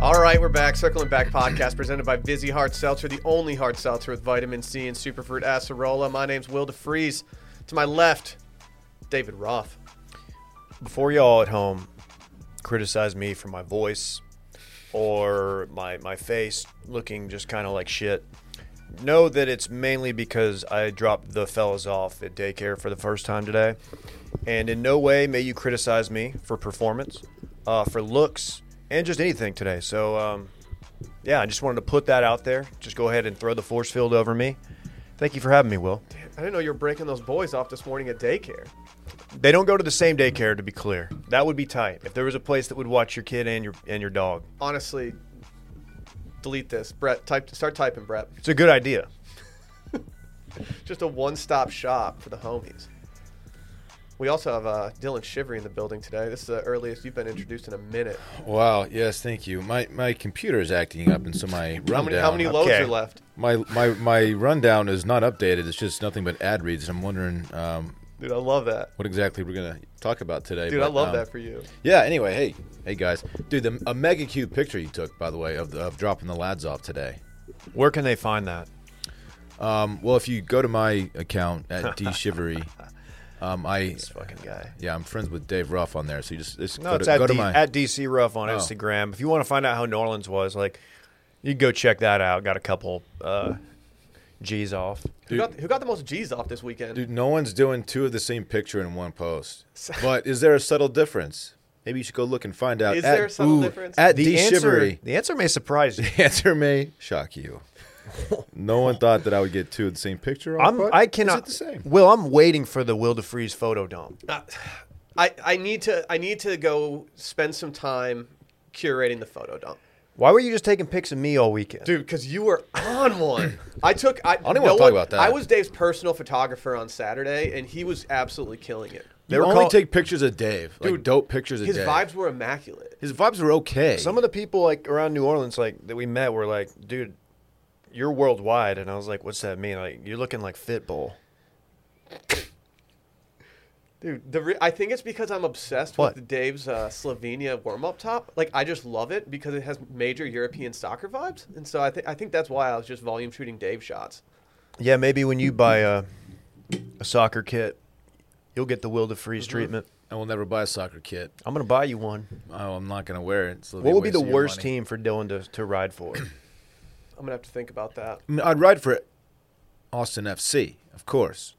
All right, we're back. Circling Back podcast presented by Busy Heart Seltzer, the only hard seltzer with vitamin C and superfruit acerola. My name's Will DeFries. To my left, David Roth. Before y'all at home criticize me for my voice or my my face looking just kind of like shit, know that it's mainly because I dropped the fellas off at daycare for the first time today. And in no way may you criticize me for performance, uh, for looks, and just anything today. So, um, yeah, I just wanted to put that out there. Just go ahead and throw the force field over me. Thank you for having me, Will. I didn't know you were breaking those boys off this morning at daycare. They don't go to the same daycare, to be clear. That would be tight if there was a place that would watch your kid and your and your dog. Honestly, delete this. Brett, type, start typing, Brett. It's a good idea. Just a one stop shop for the homies. We also have uh, Dylan Shivery in the building today. This is the earliest you've been introduced in a minute. Wow. Yes. Thank you. My my computer is acting up, and so my rundown. How many, how many loads Okay. are left? my my my rundown is not updated. It's just nothing but ad reads. I'm wondering um, Dude, I love that. what exactly we're gonna talk about today. Dude, I but, love um, that for you. Yeah. Anyway, hey, hey guys, dude, the, a mega cute picture you took, by the way, of, the, of dropping the lads off today. Where can they find that? Um, well, if you go to my account at d shivery, um, I Fucking guy. yeah, I'm friends with Dave Ruff on there. So you just, just No, go, it's to, at, go to D- my at DC Rough on Oh. Instagram. If you want to find out how New Orleans was, like, you can go check that out. Got a couple uh, G's off. Who got, who got the most G's off this weekend? Dude, no one's doing two of the same picture in one post. But is there a subtle difference? Maybe you should go look and find out. Is there a subtle difference? At The the answer, shivery, the answer may surprise you. the answer may shock you. no one thought that I would get two of the same picture. I'm, but I is cannot. it the same. Will, I'm waiting for the Will DeFreeze photo dome. Uh, I, I need to I need to go spend some time curating the photo dump. Why were you just taking pics of me all weekend? Dude, because you were on one. I took. I, don't even no wanna talk one- about that. I was Dave's personal photographer on Saturday, and he was absolutely killing it. They You were only call- take pictures of Dave, like Dude, dope pictures of His Dave. vibes were immaculate. His vibes were okay. Some of the people like around New Orleans, like that we met, were like, "Dude, you're worldwide," and I was like, "What's that mean? Like, you're looking like Fitbull." Dude, the re- I think it's because I'm obsessed What? with Dave's uh, Slovenia warm up top. Like, I just love it because it has major European soccer vibes, and so I think I think that's why I was just volume shooting Dave shots. Yeah, maybe when you buy a, a soccer kit, you'll get the Will DeFreeze Mm-hmm. treatment. I will never buy a soccer kit. I'm gonna buy you one. Oh, I'm not gonna wear it. So it'll What would be waste the of your worst money. team for Dylan to, to ride for? I'm gonna have to think about that. I mean, I'd ride for Austin FC, of course,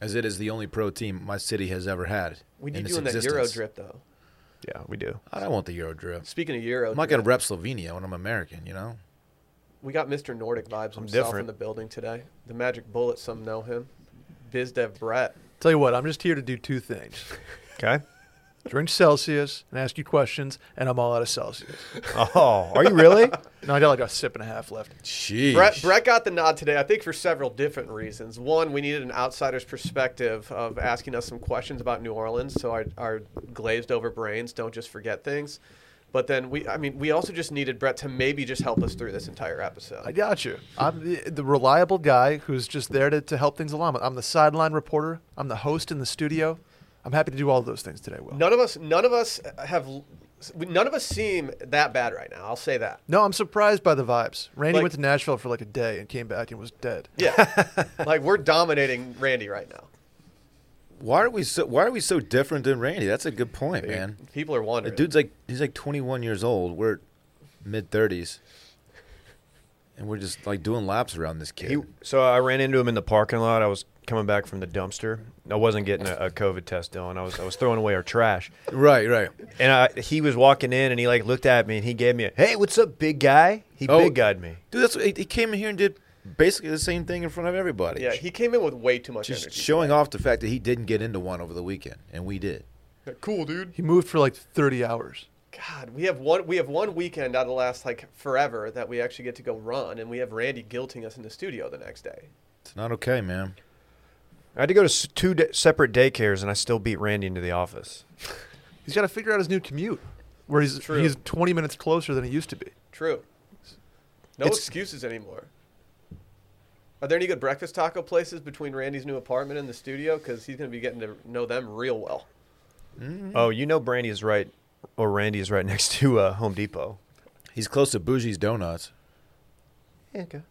as it is the only pro team my city has ever had. We in need its you in that Euro existence. drip though. yeah, we do. I don't want the Euro drip. Speaking of Euro, I'm not drip, going to rep Slovenia when I'm American, you know? we got Mr. Nordic vibes himself in different. the building today. The Magic Bullet, some know him. BizDev Brett. Tell you what, I'm just here to do two things Okay. drink Celsius and ask you questions, and I'm all out of Celsius. Oh, are you really? No, I got like a sip and a half left. Jeez. Brett, Brett got the nod today, I think, for several different reasons. One, we needed an outsider's perspective of asking us some questions about New Orleans, so our, our glazed over brains don't just forget things. But then we, I mean, we also just needed Brett to maybe just help us through this entire episode. I got you. I'm the, the reliable guy who's just there to, to help things along. I'm the sideline reporter, I'm the host in the studio. I'm happy to do all of those things today, Will. none of us, none of us have, none of us seem that bad right now. I'll say that. No, I'm surprised by the vibes. Randy Like- went to Nashville for like a day and came back and was dead. Yeah, like we're dominating Randy right now. Why are we so why are we so different than Randy? That's a good point, man. People are The wondering. dude's like he's like 21 years old. We're mid 30s. And we're just like doing laps around this kid. he, so I ran into him in the parking lot. I was coming back from the dumpster. I wasn't getting a, a COVID test, Dylan. I was I was throwing away our trash, right, right. and I, he was walking in, and he like looked at me, and he gave me a hey, what's up, big guy? He Oh. big guyed me. Dude, that's what, he, he came in here and did basically the same thing in front of everybody. yeah, he came in with way too much just energy. showing off the fact that he didn't get into one over the weekend and we did. cool, dude. He moved for like 30 hours. God, we have one we have one weekend out of the last like forever that we actually get to go run, and we have Randy guilting us in the studio the next day. It's not okay, man. I had to go to s- two da separate daycares, and I still beat Randy into the office. He's got to figure out his new commute where he's, True. he's 20 minutes closer than he used to be. True. No It's- excuses anymore. Are there any good breakfast taco places between Randy's new apartment and the studio? Because he's going to be getting to know them real well. Mm-hmm. Oh, you know, Brandy is right, or Randy is right next to uh, Home Depot. He's close to Bougie's Donuts. Yeah, okay.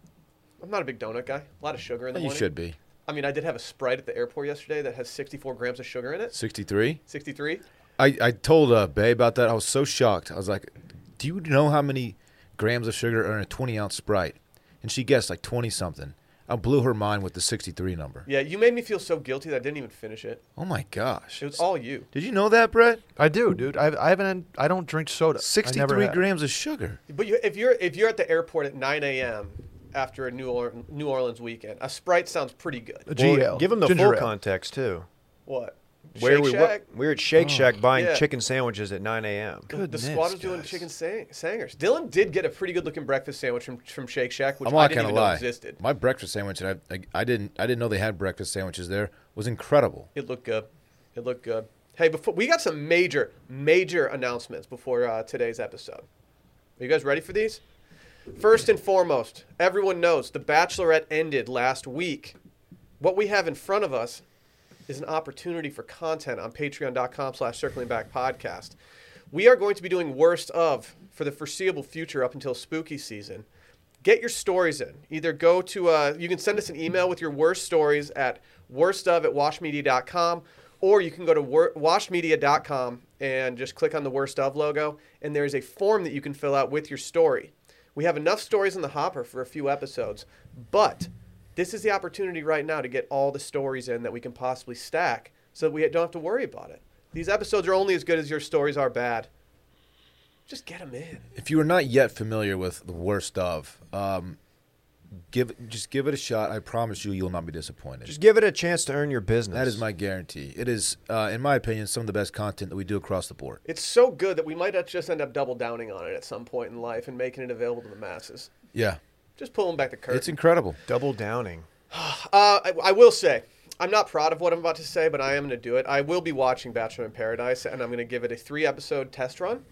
I'm not a big donut guy. A lot of sugar in the Oh, You morning. should be. I mean, I did have a Sprite at the airport yesterday that has 64 grams of sugar in it. 63? 63. I, I told uh, Bay about that. I was so shocked. I was like, do you know how many grams of sugar are in a 20 ounce Sprite? And she guessed like 20 something. I blew her mind with the 63 number. Yeah, you made me feel so guilty that I didn't even finish it. Oh my gosh. It was all you. Did you know that, Brett? I do, dude. I, I haven't. I don't drink soda. I never 63 have. grams of sugar. But you, if you're if you're at the airport at 9 a.m. after a New, or- New Orleans weekend, a Sprite sounds pretty A good. Well, GL. give him the ginger full ale. context too. What? Where Shake we, Shack? we were at Oh, Shake Shack buying Yeah. chicken sandwiches at 9 a.m. The- Goodness, the squad was doing guys. chicken sang- sangers. Dylan did get a pretty good looking breakfast sandwich from, from Shake Shack, which I'm I not didn't gonna even lie. know existed. My breakfast sandwich, and I, I, I didn't, I didn't know they had breakfast sandwiches there. Was incredible. It looked good. It looked good. Hey, before we got some major, major announcements before uh, today's episode. Are you guys ready for these? First and foremost, everyone knows The Bachelorette ended last week. What we have in front of us is an opportunity for content on patreon.com slash circling back podcast. We are going to be doing worst of for the foreseeable future up until spooky season. Get your stories in. Either go to, uh, you can send us an email with your worst stories at worstof at washmedia.com, or you can go to wor- washmedia.com and just click on the worst of logo, and there is a form that you can fill out with your story. We have enough stories in the hopper for a few episodes, but this is the opportunity right now to get all the stories in that we can possibly stack so that we don't have to worry about it. These episodes are only as good as your stories are bad. Just get them in. If you are not yet familiar with the worst of, um, give just give it a shot. I promise you, you'll not be disappointed. Just give it a chance to earn your business. that is my guarantee. It is, uh, in my opinion, some of the best content that we do across the board. It's so good that we might not just end up double downing on it at some point in life and making it available to the masses. Yeah, Just pulling back the curtain. it's incredible. double downing. Uh, I, I will say, I'm not proud of what I'm about to say, but I am going to do it. I will be watching Bachelor in Paradise, and I'm going to give it a three episode test run.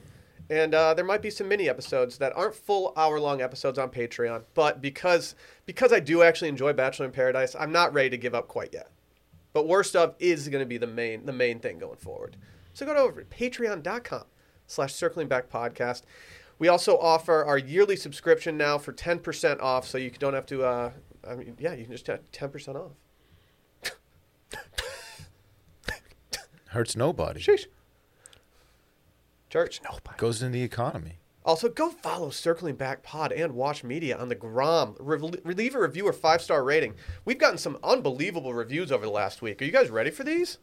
And uh, there might be some mini episodes that aren't full hour long episodes on Patreon, but because because I do actually enjoy Bachelor in Paradise, I'm not ready to give up quite yet. But worst of is going to be the main the main thing going forward. So go to over to patreon.com slash circling back podcast. We also offer our yearly subscription now for 10% off. So you don't have to, uh, I mean, yeah, you can just have 10% off. Hurts nobody. Sheesh. Church. Goes into the economy. Also, go follow Circling Back Pod and Watch Media on the Grom. Rev- leave a review or five star rating. We've gotten some unbelievable reviews over the last week. Are you guys ready for these?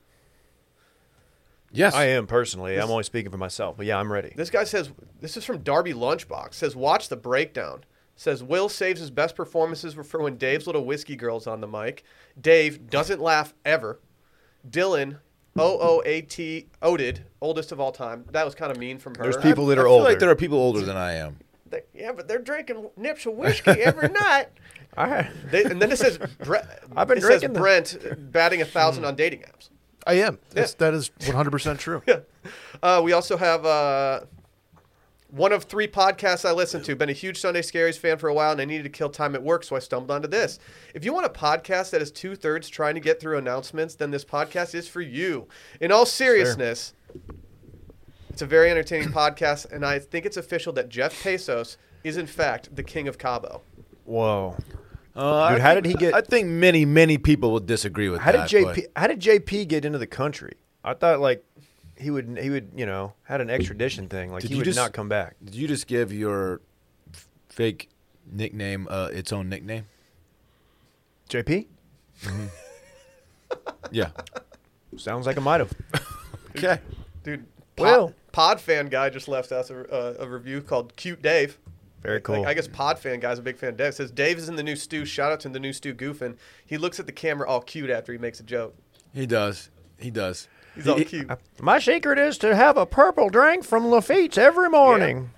Yes, I am personally. I'm only speaking for myself, but yeah, I'm ready. This guy says this is from Darby Lunchbox. Says watch the breakdown. Says Will saves his best performances for when Dave's little whiskey girl's on the mic. Dave doesn't laugh ever. Dylan, O O A T Oded, oldest of all time. That was kind of mean from her. There's people that I are feel older. like there are people older than I am. They- yeah, but they're drinking nips of whiskey every night. I, They, and then it says Bre- I've been it says drinking Hmm. the- Brent batting a thousand on dating apps. I am. That's, That is 100 percent true. Uh, we also have uh, one of three podcasts I listen to. Been a huge Sunday Scaries fan for a while, and I needed to kill time at work, so I stumbled onto this. If you want a podcast that is two thirds trying to get through announcements, then this podcast is for you. In all seriousness, it's a very entertaining podcast, and I think it's official that Jeff Pesos is in fact the king of Cabo. whoa. Uh, Dude, I how think- did he get- I think many, many people would disagree with How did that. JP? but- How did JP get into the country? I thought like he would. He would. You know, had an extradition thing. Like Did he you would just- not come back. Did you just give your f- fake nickname uh, its own nickname? JP Yeah. sounds like I might have. okay. Dude, Well- Pod, Pod fan guy just left us a, a, a review called "Cute Dave." Very Like, cool. I guess Pod fan guy's a big fan of Dave. Says Dave is in the new stew. Shout out to the new stew goofing. He looks at the camera all cute after he makes a joke. He does. He does. He's all cute. My secret is to have a purple drink from Lafitte's every morning.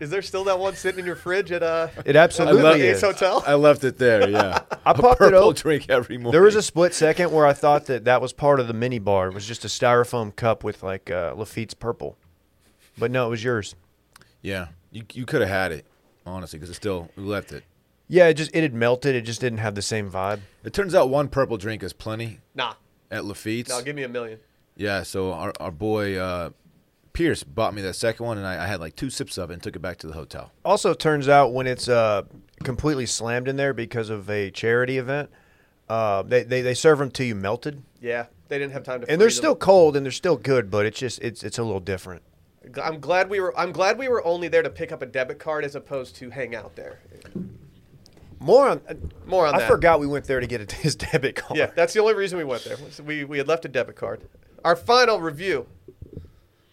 Is there still that one sitting in your fridge at uh? It absolutely at the love- Ace is. Hotel. I left it there. Yeah. I A popped it purple open. drink every morning. There was a split second where I thought that that was part of the mini bar. It was just a styrofoam cup with like uh, Lafitte's purple, but no, it was yours. yeah. You you could have had it honestly because it still we left it. Yeah, it just it had melted. It just didn't have the same vibe. It turns out one purple drink is plenty nah, at Lafitte's. no, give me a million. yeah. So our our boy uh, Pierce bought me that second one, and I, I had like two sips of it and took it back to the hotel. Also, turns out when it's uh, completely slammed in there because of a charity event, uh, they, they they serve them to you melted, Yeah, they didn't have time to. and they're freeze still them. cold and they're still good, but it's just it's it's a little different. Gl- I'm glad we were. I'm glad we were only there to pick up a debit card as opposed to hang out there. More on uh, More on I that. forgot we went there to get a, his debit card. Yeah, that's the only reason we went there. was We we had left a debit card. Our final review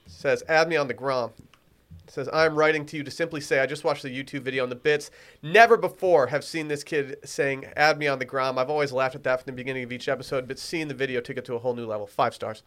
says, "Add me on the Grom." It says, "I'm writing to you to simply say I just watched the YouTube video on the bits. Never before have seen this kid saying 'Add me on the Grom.' I've always laughed at that from the beginning of each episode, but seeing the video took it to a whole new level. Five stars.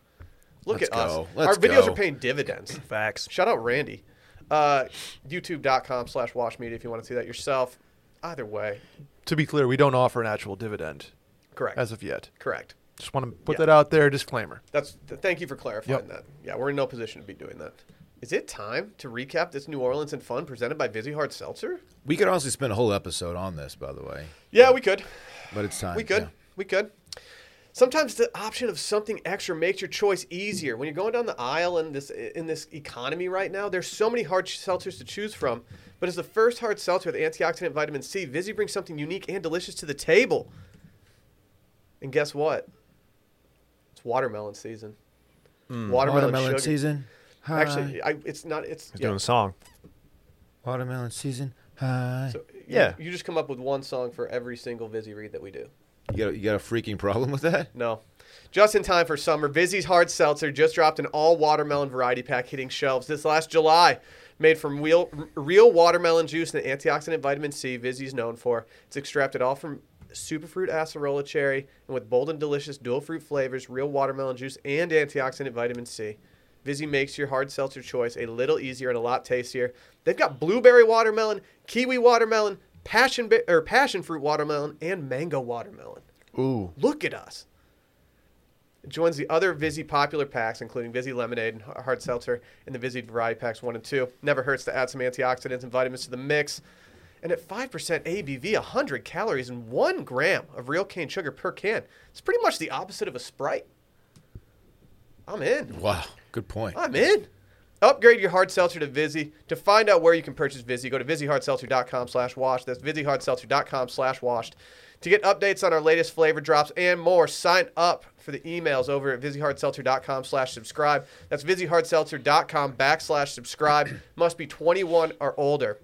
Look Let's at us. go. Let's Our videos go. are paying dividends. facts. Shout out Randy. Uh, YouTube.com slash Wash Media if you want to see that yourself. Either way, To be clear, we don't offer an actual dividend correct. as of yet. correct. Just want to put Yeah. that out there. Disclaimer. That's th- thank you for clarifying Yep. that. Yeah, we're in no position to be doing that. Is it time to recap this New Orleans and fun presented by Vizzy Hard Seltzer? We could honestly spend a whole episode on this, by the way, Yeah, we could. but it's time. We could. Uh, yeah. We could. Sometimes the option of something extra makes your choice easier. When you're going down the aisle in this in this economy right now, there's so many hard seltzers to choose from. But as the first hard seltzer with antioxidant vitamin C, Vizzy brings something unique and delicious to the table. And guess what? It's watermelon season. Watermelon, sugar. season. Hi. Actually, I, it's not. It's He's yeah. doing a song. watermelon season. Hi. So, you- Yeah. You just come up with one song for every single Vizzy read that we do. you, got a, you got a freaking problem with that? No. Just in time for summer, Vizzy's Hard Seltzer just dropped an all watermelon variety pack hitting shelves this last July. Made from real, real watermelon juice and the antioxidant vitamin C Vizzy's known for. It's extracted all from superfruit acerola cherry and with bold and delicious dual fruit flavors, real watermelon juice, and antioxidant vitamin C. Vizzy makes your hard seltzer choice a little easier and a lot tastier. They've got blueberry watermelon, kiwi watermelon, passion, ba- or passion fruit watermelon, and mango watermelon. Ooh, Look at us. It joins the other Vizzy popular packs, including Vizzy Lemonade and Hard Seltzer, and the Vizzy Variety Packs 1 and 2. Never hurts to add some antioxidants and vitamins to the mix. And at 5% ABV, 100 calories, and 1 gram of real cane sugar per can. It's pretty much the opposite of a Sprite. I'm in. Wow. Good point. I'm in. Upgrade your hard seltzer to Vizzy. To find out where you can purchase Vizzy, go to VizzyHardSeltzer.com slash washed. That's VizzyHardSeltzer.com slash washed. To get updates on our latest flavor drops and more, sign up for the emails over at VizzyHardSeltzer.com slash subscribe. That's VizzyHardSeltzer.com backslash subscribe. Must be 21 or older.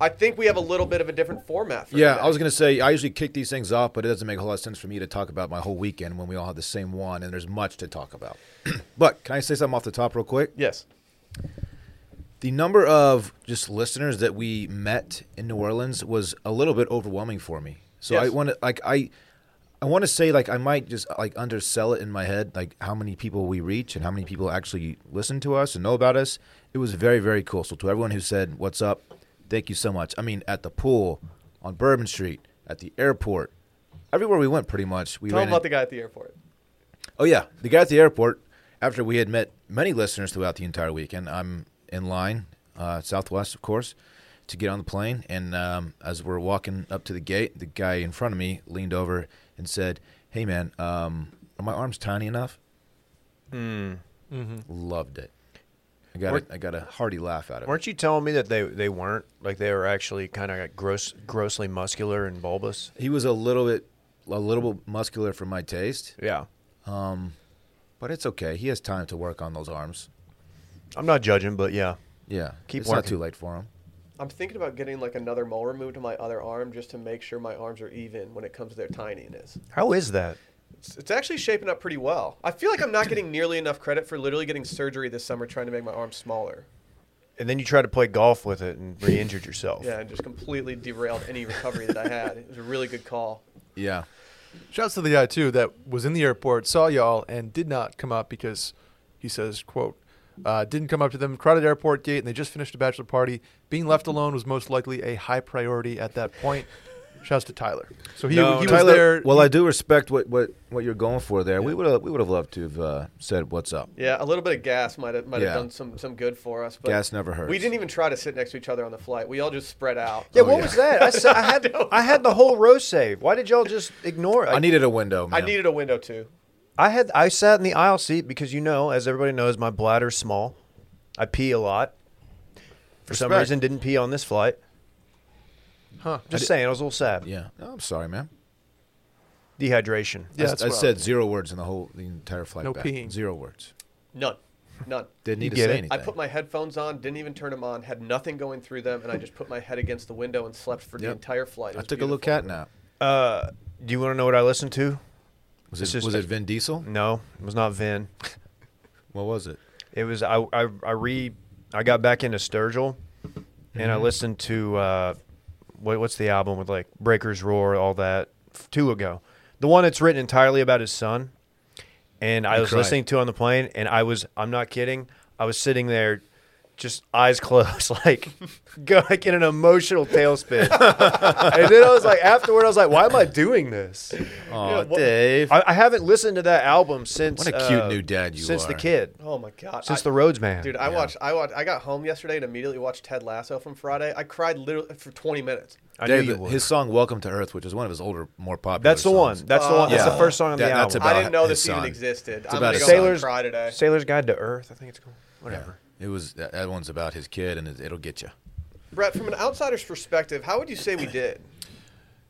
I think we have a little bit of a different format for Yeah, today. I was gonna say I usually kick these things off, but it doesn't make a whole lot of sense for me to talk about my whole weekend when we all have the same one, and there's much to talk about. but can I say something off the top real quick? Yes. The number of just listeners that we met in New Orleans was a little bit overwhelming for me. So I Yes. want to like I. I want to say like I might just like undersell it in my head like how many people we reach and how many people actually listen to us and know about us. It was very very cool. So to everyone who said what's up, thank you so much. I mean at the pool, on Bourbon Street, at the airport, everywhere we went pretty much we Tell ran them about in- the guy at the airport. Oh yeah, the guy at the airport. After we had met many listeners throughout the entire weekend, I'm in line, uh, Southwest, of course, to get on the plane. And um, as we're walking up to the gate, the guy in front of me leaned over and said, "Hey man, um, are my arms tiny enough?" Mm. Mm-hmm. Loved it. I got Hmm. Weren't- a, I got a hearty laugh out of it. weren't you telling me that they they weren't like they were actually kind of gross, grossly muscular and bulbous? He was a little bit a little bit muscular for my taste, Yeah, but it's okay. He has time to work on those arms. I'm not judging, but yeah, Yeah, Keep it's not working. too late for him. I'm thinking about getting like another mole removed to my other arm just to make sure my arms are even when it comes to their tininess. how is that? It's, it's actually shaping up pretty well. I feel like I'm not getting nearly enough credit for literally getting surgery this summer trying to make my arms smaller. And then you try to play golf with it and re-injured yourself. Yeah, and just completely derailed any recovery that I had. It was a really good call. Yeah. Shouts to the guy too that was in the airport, saw y'all, and did not come up because he says, "quote uh, Didn't come up to them. Crowded airport gate, and they just finished a bachelor party. Being left alone was most likely a high priority at that point." Shouts to Tyler. So he, he was there. Well, I do respect what, what, what you're going for there. We would have we would have loved to have uh, said what's up. Yeah, a little bit of gas might have might have Yeah. done some some good for us. But Gas never hurts. We didn't even try to sit next to each other on the flight. We all just spread out. Yeah, Oh, what yeah. was that? I, sa- I had I had the whole row saved. Why did y'all just ignore it? I needed a window, man. I needed a window too. I had I sat in the aisle seat because you know, as everybody knows, my bladder's small. I pee a lot. For some Respect. reason, didn't pee on this flight. Huh. Just saying, I was a little sad. Yeah. No, I'm sorry, man. Dehydration. Yeah, I, that's I what I- said zero words in the whole the entire flight No back. peeing. Zero words. None. None. Didn't You need to get say it. anything. I put my headphones on, didn't even turn them on, had nothing going through them, and I just put my head against the window and slept for the Yep. entire flight. It I was took a little beautiful. cat nap. Uh, do you want to know what I listened to? Was This it is- was it Vin Diesel? No, it was not Vin. What was it? It was I I, I re I got back into Sturgill, and Mm-hmm. I listened to uh, what, what's the album with like Breakers Roar, all that f- two ago, the one that's written entirely about his son, and I You was cried. listening to it on the plane, and I was I'm not kidding, I was sitting there. Just eyes closed, like go like in an emotional tailspin. and then I was like, afterward, I was like, why am I doing this? Oh, what- Dave. I, I haven't listened to that album since. What a cute uh, new dad you since the are. kid. Oh my god. Since I- the Rhodes Man. Dude, I watched. I watched. I got home yesterday and immediately watched Ted Lasso from Friday. I cried literally for 20 minutes. I Dave, knew you the- would. his song "Welcome to Earth," which is one of his older, more popular. That's the one. songs. That's the one. That's Yeah. the first song on Oh. That- the that's album. about I didn't know his this even son. existed. It's I'm about gonna his go son. home and Sailor's cry today. Sailor's Guide to Earth. I think it's called. Whatever. It was that, that one's about his kid, and it, it'll get you. Brett, from an outsider's perspective, how would you say we did?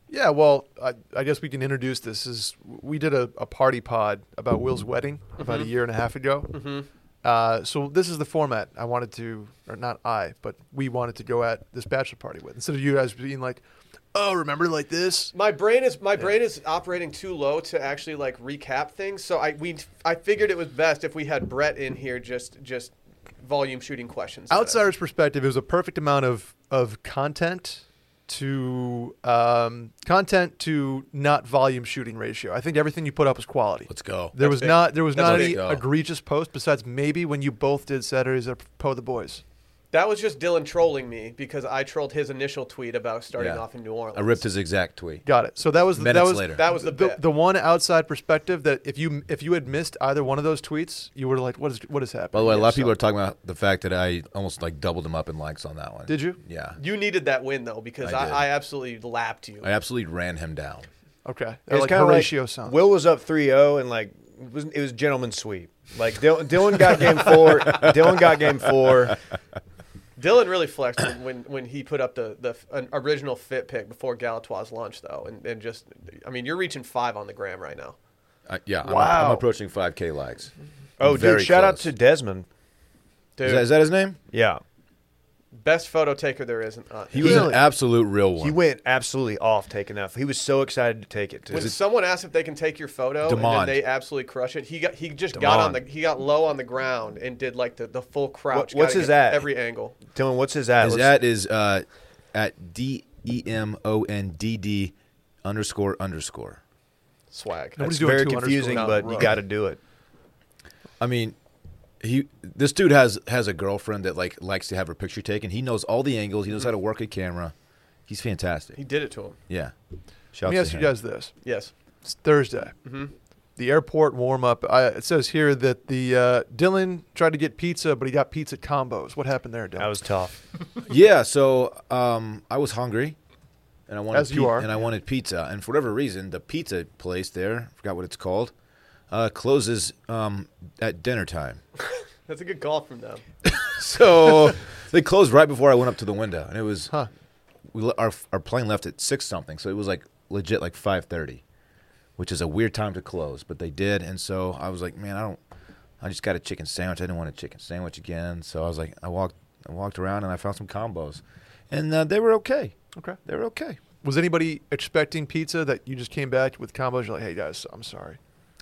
Yeah, well, I, I guess we can introduce this. Is we did a, a party pod about Will's wedding about a year and a half ago. Mm-hmm. Uh, so this is the format I wanted to, or not I, but we wanted to go at this bachelor party with. Instead of you guys being like, "Oh, remember like this," My brain is my brain is operating too low to actually like recap things. So I we I figured it was best if we had Brett in here just just volume shooting questions. at us. outsider's perspective, it was a perfect amount of of content to um, content to not volume shooting ratio. I think everything you put up was quality. Let's go. There was not there was That's not big. any Let's go. egregious post besides maybe when you both did Saturdays at Po the Boys. That was just Dylan trolling me because I trolled his initial tweet about starting Yeah. off in New Orleans. I ripped his exact tweet. Got it. So that was that Minutes was later. That was the the, bit. the one outside perspective that if you if you had missed either one of those tweets, you were like, what is what is happening? By the way, a here? lot of people So- are talking about the fact that I almost like doubled him up in likes on that one. Did you? Yeah. you needed that win though because I I, did. I, absolutely lapped you. I absolutely ran him down. Okay, It was like kinda Horatio sound. Will was up 3-0 and like it was, it was gentleman's sweep. Like Dylan, Dylan got game four. Dylan got game four. Dylan really flexed when, when, when he put up the, the f- an original fit pick before Galatoire's lunch though, and, and just I mean you're reaching five on the gram right now. I, yeah. I'm- I'm, Wow. approaching 5K likes. Oh, Very dude! Shout out close. to Desmond. Dude, Is that, is that his name? Yeah, best photo taker there is. Uh, He was an Really? absolute real one. he went absolutely off taking that. He was so excited to take it. Too. when someone asks if they can take your photo Demond. and then they absolutely crush it, he got he just got on the Demond. he got low on the ground and did like the, the full crouch. what's gotta his get at? Every angle. Dylan, what's his ad? His Let's- at is uh, at D E M O N D D underscore underscore. Swag. Nobody's It's doing very two underscores confusing, down but the you road. got to do it. I mean, he this dude has has a girlfriend that like likes to have her picture taken. He knows all the angles. He knows how to work a camera. He's fantastic. He did it to him. yeah. Shout Let me to ask you him. guys this: Yes. It's Thursday. The airport warm up. I, it says here that the uh, Dylan tried to get pizza, but he got pizza combos. What happened there, Dylan? That was tough. Yeah, so um, I was hungry, and I wanted As you are. and I wanted pizza, and for whatever reason, the pizza place there, forgot what it's called, uh, closes um, at dinner time. That's a good call from them. So they closed right before I went up to the window, and it was Huh. we le- our our plane left at six something, so it was like legit like five thirty, which is a weird time to close, but they did, and so I was like, man, I don't, I just got a chicken sandwich. I didn't want a chicken sandwich again, so I was like, I walked I walked around and I found some combos, and uh, they were okay. okay. They were okay. Was anybody expecting pizza that you just came back with combos? You're like, hey guys, I'm sorry.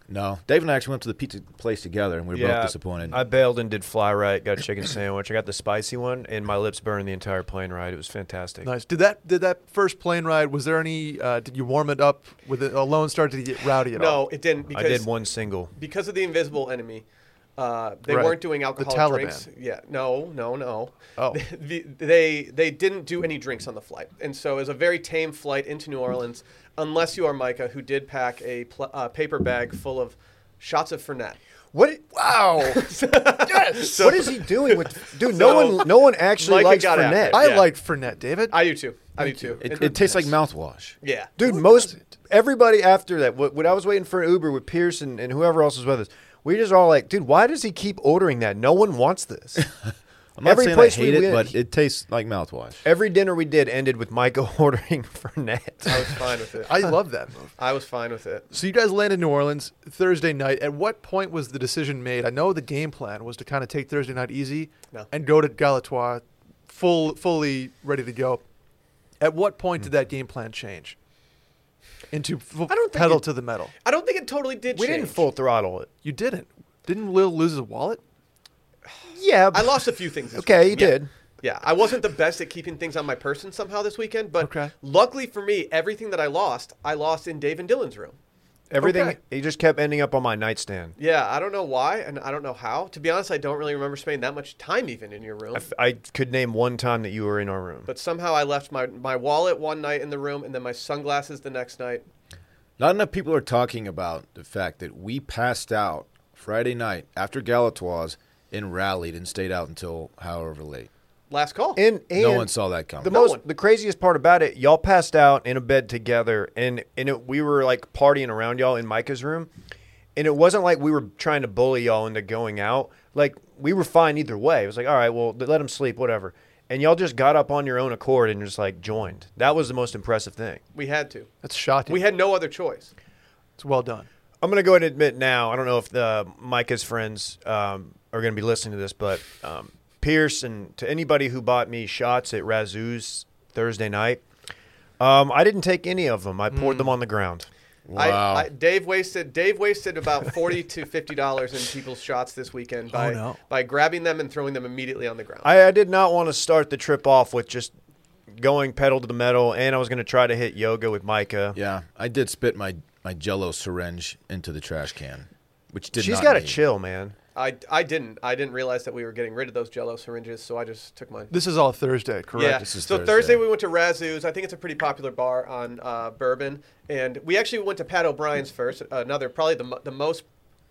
No, Dave and I actually went to the pizza place together, and we were both disappointed. I bailed and did fly right. Got a chicken sandwich. I got the spicy one, and my lips burned the entire plane ride. It was fantastic. Nice. Did that? Did that first plane ride? Was there any? Uh, did you warm it up with it? Alone started to get rowdy at all? No, it didn't because I did one single. because of the invisible enemy. Uh, they Right. weren't doing The alcoholic Taliban. drinks. Yeah, no, no, no. Oh. they, they they didn't do any drinks on the flight, and so it was a very tame flight into New Orleans, unless you are Micah, who did pack a pl- uh, paper bag full of shots of Fernet. What? Wow. yes. what is he doing with? So, Dude, no one, no one actually Micah likes got after Fournette. it. I Yeah. liked Fernet, David. I do too. I do too. It, And- it tastes like mouthwash. yeah, Dude, most everybody after that, wh- when I was waiting for an Uber with Pierce and, and whoever else was with us, we just all like, dude, why does he keep ordering that? No one wants this. I'm not Every saying place I we hate it, went- but it tastes like mouthwash. Every dinner we did ended with Michael ordering Fernet. I was fine with it. I I, love that move. I was fine with it. So you guys land in New Orleans Thursday night. At what point was the decision made? I know the game plan was to kind of take Thursday night easy No. and go to Galatois full, fully ready to go. At what point did that game plan change into f- Hmm. I don't think pedal it- to the metal? I don't think it totally did. We didn't change. full throttle it. You didn't. Didn't Lil lose his wallet? Yeah. I lost a few things. This Okay, you weekend. Yeah. did. Yeah, I wasn't the best at keeping things on my person somehow this weekend, but Okay. luckily for me, everything that I lost, I lost in Dave and Dylan's room. Everything. Okay. He just kept ending up on my nightstand. Yeah, I don't know why, and I don't know how. To be honest, I don't really remember spending that much time even in your room. I, f- I could name one time that you were in our room. but somehow I left my my wallet one night in the room, and then my sunglasses the next night. Not enough people are talking about the fact that we passed out Friday night after Galatoire's and rallied and stayed out until however late. Last call. and, and no one saw that coming. The No most, one. the craziest part about it, y'all passed out in a bed together, and and it, we were like partying around y'all in Micah's room, and it wasn't like we were trying to bully y'all into going out. Like we were fine either way. It was like, all right, well, th- let them sleep, whatever. And y'all just got up on your own accord and just like joined. That was the most impressive thing. we had to. That's shocking. We had no other choice. it's well done. I'm gonna go ahead and admit now. I don't know if the Micah's friends um, are gonna be listening to this, but um, Pierce and to anybody who bought me shots at Razoo's Thursday night, um, I didn't take any of them. I poured Mm. them on the ground. Wow. I, I, Dave wasted Dave wasted about forty to fifty dollars in people's shots this Oh, weekend by no. by grabbing them and throwing them immediately on the ground. I, I did not want to start the trip off with just going pedal to the metal, and I was gonna try to hit yoga with Micah. yeah, I did spit my, my jello syringe into the trash can, which did She's not got to need. chill, man. I, I didn't I didn't realize that we were getting rid of those Jello syringes, so I just took mine. This is all Thursday, correct? Yeah. This is so Thursday. Thursday. we went to Razoo's. I think it's a pretty popular bar on uh, Bourbon, and we actually went to Pat O'Brien's first. Another probably the mo- the most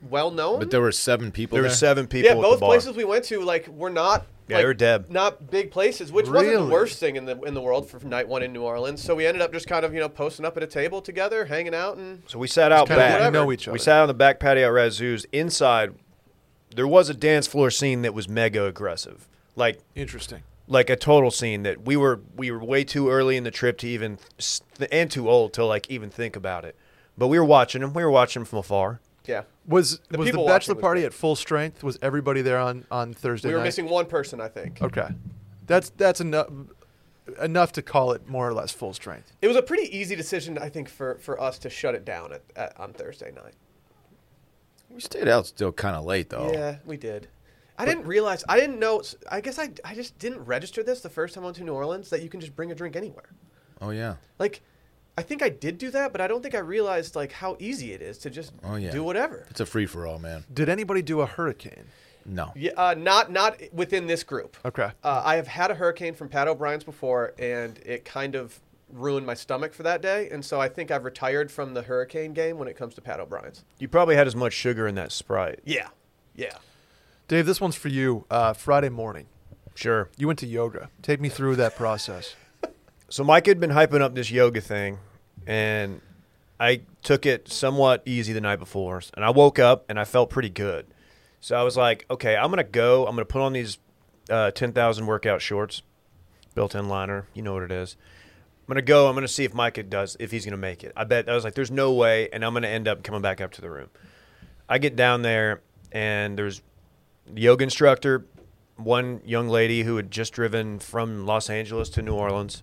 well known. But there were seven people There there. were seven people. yeah, at both the bar. places we went to like were not. Yeah, like, they were dead. Not big places, which wasn't Really? the worst thing in the in the world for night one in New Orleans. So we ended up just kind of you know posting up at a table together, hanging out, and So we sat out kinda back. whatever. know each We other. sat on the back patio at Razoo's. Inside, there was a dance floor scene that was mega aggressive, like Interesting. like a total scene that we were we were way too early in the trip to even s- and too old to like even think about it. But we were watching them. We were watching 'em from afar. yeah, Was The was the people bachelor watching was party great. at full strength? Was everybody there on on Thursday? we were night? missing one person, I think. Okay, that's that's enough enough to call it more or less full strength. It was a pretty easy decision, I think, for, for us to shut it down at, at, on Thursday night. We stayed out still kind of late, though. Yeah, we did. I didn't realize. I didn't know. I guess I, I just didn't register this the first time I went to New Orleans that you can just bring a drink anywhere. Oh, yeah. Like, I think I did do that, but I don't think I realized like how easy it is to just Oh, yeah. do whatever. It's a free for all, man. Did anybody do a hurricane? No. Yeah, uh, not not within this group. Okay. Uh, I have had a hurricane from Pat O'Brien's before, and it kind of ruined my stomach for that day, and so I think I've retired from the hurricane game when it comes to Pat O'Brien's. You probably had as much sugar in that Sprite. Yeah, yeah. Dave, this one's for you. Uh, Friday morning, Sure. you went to yoga. Take me through that process. So Mike had been hyping up this yoga thing, and I took it somewhat easy the night before, and I woke up and I felt pretty good. So I was like, okay, I'm gonna go. I'm gonna put on these uh, ten thousand workout shorts, built-in liner. You know what it is. I'm gonna go. I'm gonna see if Micah does if he's gonna make it. I bet I was like, there's no way, and I'm gonna end up coming back up to the room. I get down there and there's the yoga instructor, one young lady who had just driven from Los Angeles to New Orleans,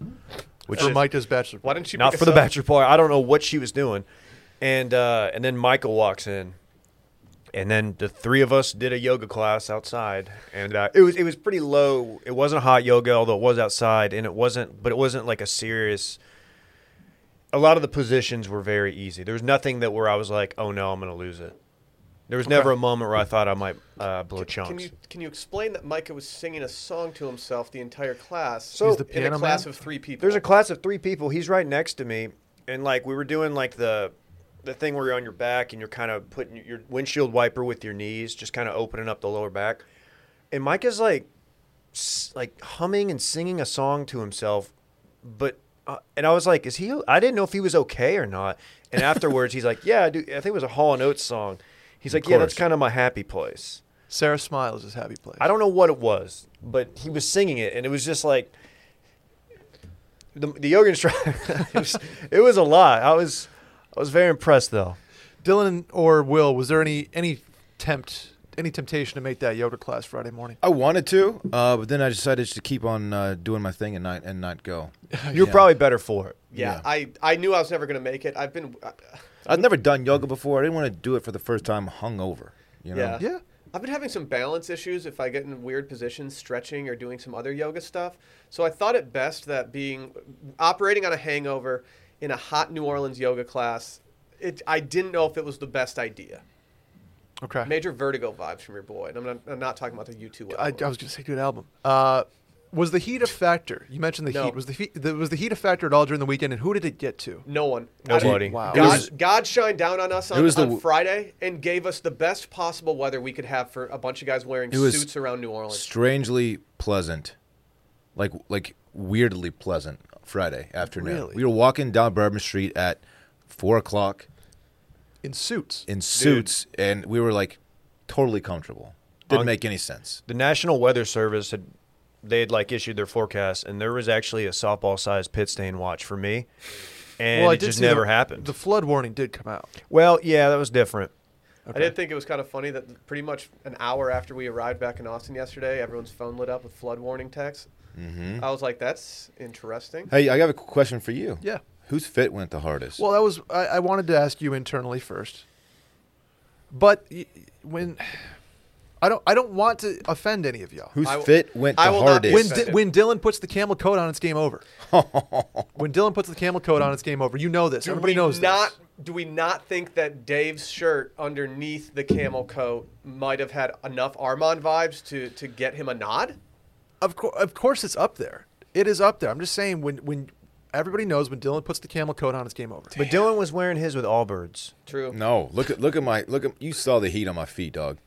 which for is- Micah's bachelor. Why didn't you not pick for us the up? bachelor party. I don't know what she was doing, and uh, and then Michael walks in, and then the three of us did a yoga class outside, and uh, it was it was pretty low. It wasn't hot yoga, although it was outside, and it wasn't, but it wasn't like a serious. A lot of the positions were very easy. There was nothing that where I was like, oh no, I'm gonna lose it. There was never a moment where I thought I might uh, blow chunks. Can you can you explain that Micah was singing a song to himself the entire class? So- He's the in piano a class man? of three people. There's a class of three people. He's right next to me, and like we were doing like the the thing where you're on your back and you're kind of putting your windshield wiper with your knees, just kind of opening up the lower back. And Mike is like s- like humming and singing a song to himself, but uh, and I was like, is he? I didn't know if he was okay or not. And afterwards, he's like, yeah, I do. I think it was a Hall and Oates song. He's like, yeah, that's course. kind of my happy place. Sarah Smiles is happy place. I don't know what it was, but he was singing it, and it was just like the the Jorgenstrand. it, was, it was a lot. I was I was very impressed though. Dylan or Will, was there any any tempt any temptation to make that yoga class Friday morning? I wanted to, uh, but then I decided to keep on uh, doing my thing and not and not go. Oh, You're Yeah. probably better for it. Yeah, Yeah. I, I knew I was never going to make it. I've been, uh, I've never done yoga before. I didn't want to do it for the first time hungover. You know? yeah. Yeah. I've been having some balance issues if I get in weird positions, stretching or doing some other yoga stuff. So I thought it best that being operating on a hangover in a hot New Orleans yoga class, it, I didn't know if it was the best idea. Okay. Major vertigo vibes from your boy. And I'm not, I'm not talking about the U2 I, I album. was going to say good album. Uh, was the heat a factor? You mentioned the No. heat. Was the, heat, the was the heat a factor at all during the weekend? And who did it get to? no one. Nobody. Wow. God, It was- God shined down on us It on, was the on w- Friday and gave us the best possible weather we could have for a bunch of guys wearing It was suits around New Orleans. Strangely pleasant, like like weirdly pleasant Friday afternoon. Really? We were walking down Bourbon Street at four o'clock In suits. in suits, and we were like totally comfortable. Didn't On- make any sense. The National Weather Service had they had like issued their forecast, and there was actually a softball sized pit stain watch for me, and I it did just see the- never happened. The flood warning did come out. well, yeah, that was different. I did think it was kind of funny that pretty much an hour after we arrived back in Austin yesterday, everyone's phone lit up with flood warning texts. Mm-hmm. I was like, that's interesting. Hey, I have a question for you. Yeah. Whose fit went the hardest? Well, that was I, I wanted to ask you internally first, but y- when I don't I don't want to offend any of y'all. Whose I w- fit went the I will not be hardest? when, offended. Di- when Dylan puts the camel coat on, it's game over. when Dylan puts the camel coat on, it's game over. You know this. Do Everybody we knows not? this. Do we not think that Dave's shirt underneath the camel coat might have had enough Armand vibes to to get him a nod? Of, cour of course, it's up there. It is up there. I'm just saying when when everybody knows when Dylan puts the camel coat on, it's game over. But Dylan was wearing his with Allbirds. True. No, look at look at my look at you saw the heat on my feet, dog.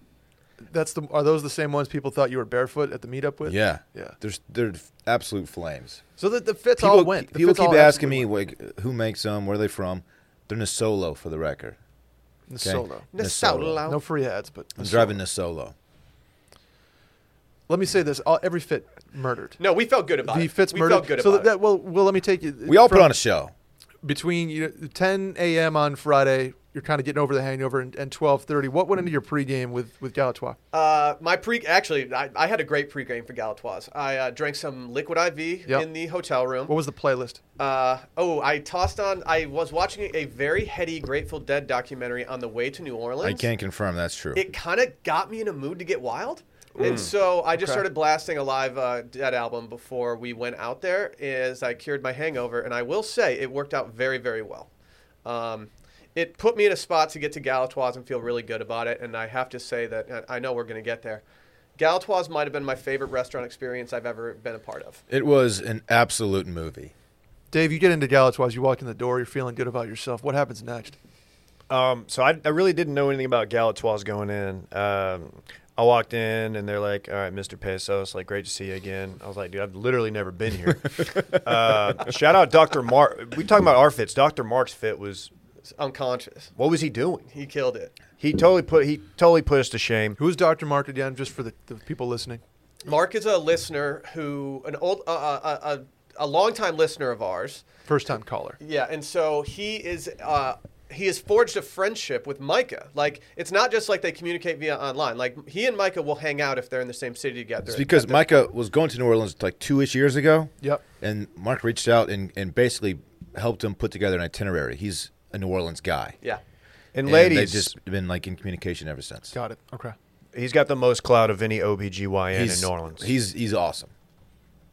That's the are those the same ones people thought you were barefoot at the meetup with? Yeah, yeah. There's they're absolute flames. So the, the fits People, all went. The people fits all keep asking absolutely me went. like, who makes them, where are they from? They're Nisolo for the record. The okay. solo. Nisolo. No free ads, but I'm driving Nisolo. Let me say this: all, every fit murdered. No, we felt good about The it. fits we murdered. felt good so about that well, well, let me take you. We all put from on a show. between you know, 10 a.m. on Friday. You're kind of getting over the hangover, and, and 12:30. What went into your pregame with with Galatois? it. Uh, my pre actually, I, I had a great pregame for Galatoire's. I uh, drank some liquid IV Yep. in the hotel room. What was the playlist? Uh, oh, I tossed on. I was watching a very heady Grateful Dead documentary on the way to New Orleans. I can confirm that's true. It kind of got me in a mood to get wild, and so I just Okay. started blasting a live uh, Dead album before we went out there. As I cured my hangover, and I will say it worked out very, very well. Um, it put me in a spot to get to Galatoire's and feel really good about it. And I have to say that and I know we're going to get there. Galatoire's might have been my favorite restaurant experience I've ever been a part of. It was an absolute movie. Dave, you get into Galatoire's. You walk in the door. You're feeling good about yourself. What happens next? Um, so I, I really didn't know anything about Galatoire's going in. Um, I walked in and they're like, "All right, Mr. Pesos, like great to see you again." I was like, "Dude, I've literally never been here." uh, shout out Dr. Mark. We talking about our fits. Dr. Mark's fit was It's unconscious. what was he doing? He killed it. He totally put he totally put us to shame. Who's Dr. Mark again? Just for the, the people listening. Mark is a listener who an old uh, uh, uh, a a longtime listener of ours. First time caller. Yeah, and so he is uh, he has forged a friendship with Micah. Like it's not just like they communicate via online. Like he and Micah will hang out if they're in the same city together. It's because Micah was going to New Orleans like two ish years ago. Yep. And Mark reached out and, and basically helped him put together an itinerary. He's a New Orleans guy. yeah. And, And ladies, they've just been like in communication ever since. Got it. Okay. he's got the most clout of any OBGYN in New Orleans. He's he's awesome.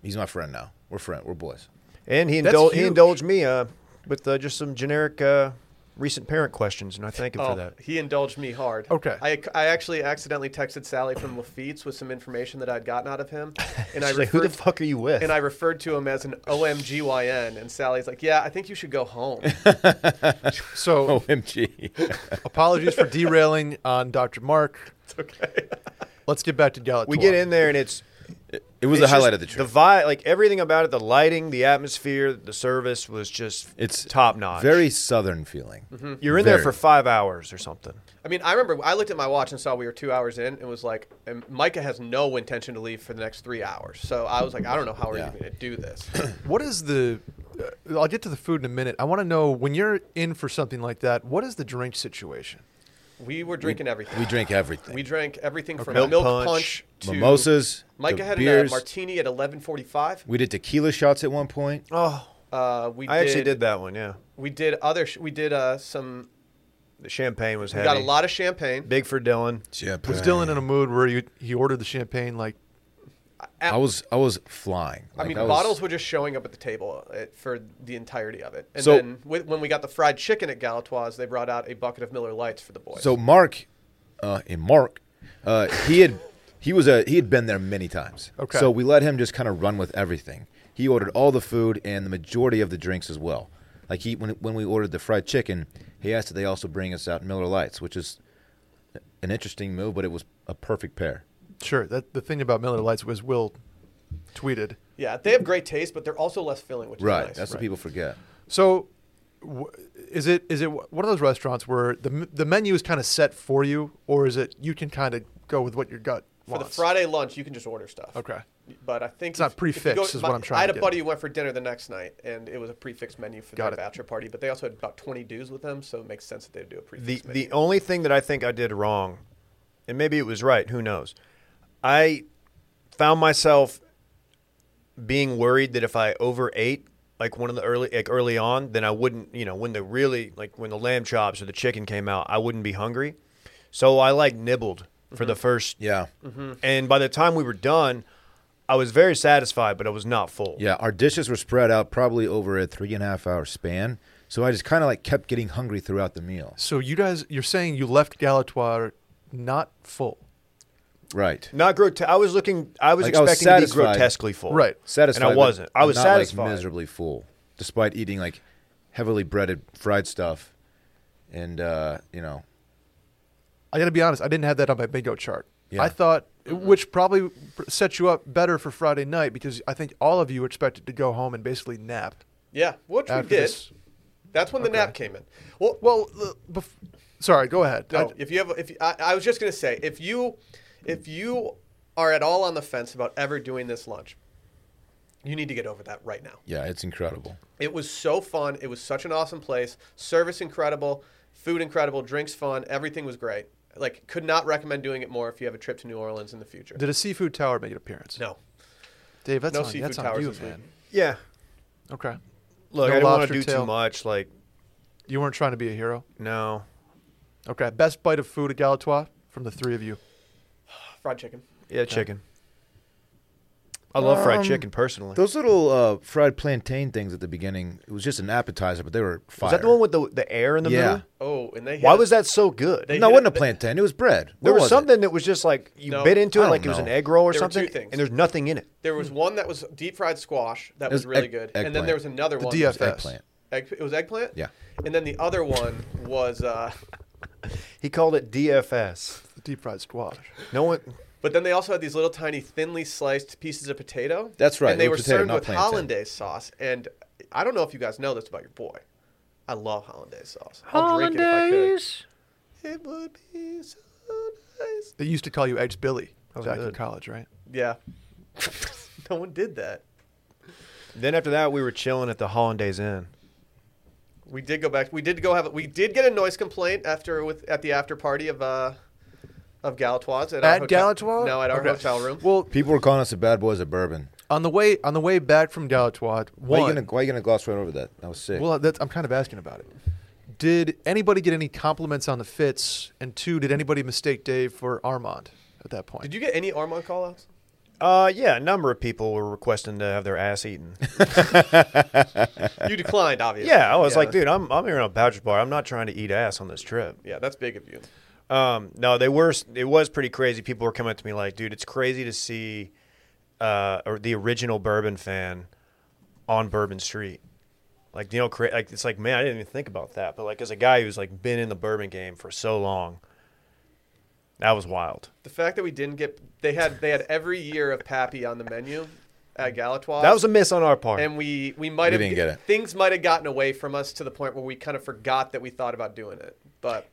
He's my friend now. We're friend. We're boys. and he, That's indul- he huge. indulged me uh, with uh, just some generic uh, recent parent questions, and I thank him Oh, for that. he indulged me hard. Okay. I, I actually accidentally texted Sally from Lafitte's with some information that I'd gotten out of him, and I She's like, "Who the referred- fuck are you with?" and I referred to him as an OMGYN, and Sally's like, "Yeah, I think you should go home." So Oh. Omg. apologies for derailing on Dr. Mark. okay. Let's get back to Galatoire's. we get in there and it's It, it was the It's just highlight of the trip. The vibe, like everything about it, the lighting, the atmosphere, the service was just It's top notch. Very southern feeling. Mm-hmm. You're in there very. for five hours or something. I mean, I remember I looked at my watch and saw we were two hours in, and was like, and Micah has no intention to leave for the next three hours. So I was like, I don't know how we're Yeah. even going to do this. What is the? Uh, I'll get to the food in a minute. I want to know when you're in for something like that. What is the drink situation? we were drinking everything. We drink everything. We drank everything from Milk milk, punch, punch, to mimosas, Micah the had beers. a uh, martini at 11:45. we did tequila shots at one point. Oh, Uh, we I actually did that one. Yeah, We did other. Sh- we did uh, some. the champagne was We heavy. got a lot of champagne. Big for Dylan. Was Dylan in a mood where he, he ordered the champagne like at- I was I was flying. I Like, mean, was- bottles were just showing up at the table uh, for the entirety of it. And So- then with, when we got the fried chicken at Galatoire's, they brought out a bucket of Miller Lights for the boys. So Mark, uh, and Mark, uh, he had he was a he had been there many times. Okay. So we let him just kind of run with everything. He ordered all the food and the majority of the drinks as well. Like he when when we ordered the fried chicken, he asked that they also bring us out Miller Lights, which is an interesting move, but it was a perfect pair. sure that the thing about Miller Lights was Will tweeted. yeah, they have great taste, but they're also less filling, which Right. is nice. That's what people forget. So, wh- is it is it wh- one of those restaurants where the m- the menu is kind of set for you, or is it you can kind of go with what your gut for the wants? Friday lunch, you can just order stuff. Okay. But I think It's not if- if you prefixed is what I'm trying I had to a get buddy at. who went for dinner the next night, and it was a prefix menu for Got their it. bachelor party. But they also had about 20 dudes with them, so it makes sense that they'd do a prefix The menu. the only thing that I think I did wrong, and maybe it was right, who knows? I found myself being worried that if I overate like one of the early like early on, then I wouldn't, you know, when the really like when the lamb chops or the chicken came out, I wouldn't be hungry. So I like nibbled for Mm-hmm. the first Yeah. and by the time we were done, I was very satisfied, but I was not full. Yeah, our dishes were spread out probably over a three and a half hour span. So I just kind of like kept getting hungry throughout the meal. So you guys, you're saying you left Galatoire not full, Right. Not grote I was looking. I was Like, I was expecting to be satisfied. grotesquely full. Right. Satisfied. And I but wasn't. I was not, satisfied. Like, miserably full, despite eating like heavily breaded fried stuff, and uh, you know, I got to be honest, I didn't have that on my bingo chart. Yeah. I thought, Mm-hmm. which probably pr- set you up better for Friday night because I think all of you expected to go home and basically nap. yeah, which we After did. this- That's when the nap came in. Well, Well, the- bef- sorry, go ahead. I- No, if you have, if I, I was just gonna say, if you, if you are at all on the fence about ever doing this lunch, you need to get over that right now. yeah, it's incredible. It was so fun. It was such an awesome place. Service incredible, food incredible, drinks fun. Everything was great. Like, could not recommend doing it more if you have a trip to New Orleans in the future. did a seafood tower make an appearance? no, Dave, that's no on, seafood that's on towers you, this man. week. Yeah. Okay, Look, No I didn't want to lobster do too tail. much. Like, you weren't trying to be a hero. no. Okay, best bite of food at Galatoire from the three of you. fried chicken. Yeah, chicken. I love fried Um, chicken personally. Those little uh, fried plantain things at the beginning, it was just an appetizer, but they were fire. Was that the one with the the air in the Yeah. middle? Oh, and they. Why had- was that so good? They- no, it hit wasn't a it- plantain. It was bread. there What was, was it? something that was just like you No, bit into it I don't like it was an know. egg roll or There were two something, things. and there's nothing in it. There was one that was deep fried squash that It was, was really egg- good, and then eggplant. there was another The one. DF Yes. Eggplant. Egg, it was eggplant. Yeah. And then the other one was. Uh, He called it DFS. The deep fried squash. No one. But then they also had these little tiny thinly sliced pieces of potato. That's right, And they it were was potato, served not with plantain. hollandaise sauce. And I don't know if you guys know this about your boy. I love hollandaise sauce. I'll drink it if I could. It would be so nice. They used to call you Eggs Billy Oh, was back in good. college, right? Yeah. no one did that. Then after that, we were chilling at the Hollandaise Inn. We did go back. We did go have. We did get a noise complaint after with at the after party of uh of Galatoire's at, our At hotel- Galatoire? No, at our Okay. hotel room. Well, People were calling us the bad boys of bourbon. on the way on the way back from Galatoire, Why one. are, you gonna, why you gonna gloss right over that? That was sick. Well, that's, I'm kind of asking about it. Did anybody get any compliments on the fits? And two, did anybody mistake Dave for Armand at that point? Did you get any Armand callouts? Uh, yeah, a number of people were requesting to have their ass eaten. You declined, obviously. Yeah, I was like, that's- dude, I'm I'm here on a bachelor bar. I'm not trying to eat ass on this trip. Yeah, that's big of you. Um, no, they were. It was pretty crazy. People were coming up to me like, dude, it's crazy to see, uh, or the original Bourbon fan on Bourbon Street. Like, you know, cra- like it's like, man, I didn't even think about that. But like, as a guy who's like been in the bourbon game for so long, That was wild. The fact that we didn't get they had they had every year of Pappy on the menu at Galatois. Mm. That was a miss on our part. and we we might We have didn't get it. things might have gotten away from us to the point where we kind of forgot that we thought about doing it. But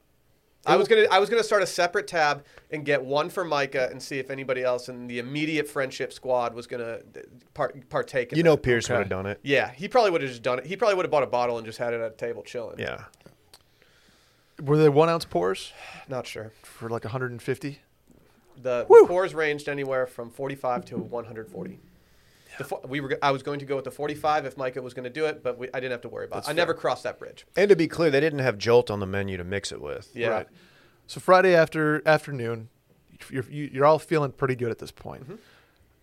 I was gonna I was gonna start a separate tab and get one for Micah and see if anybody else in the immediate friendship squad was gonna uh, part, partake. In you know, that. Pierce would Okay. have done it. Yeah, he probably would have just done it. He probably would have bought a bottle and just had it at a table chilling. Yeah. Were they one ounce pours not sure. for like 150? The pours ranged anywhere from 45 to 140. The fo- we were. go- I was going to go with the 45 if Micah was going to do it, but we, I didn't have to worry about. it. I never crossed that bridge. And to be clear, they didn't have Jolt on the menu to mix it with. Yeah. Right. So Friday after afternoon, you're you- you're all feeling pretty good at this point. Mm-hmm.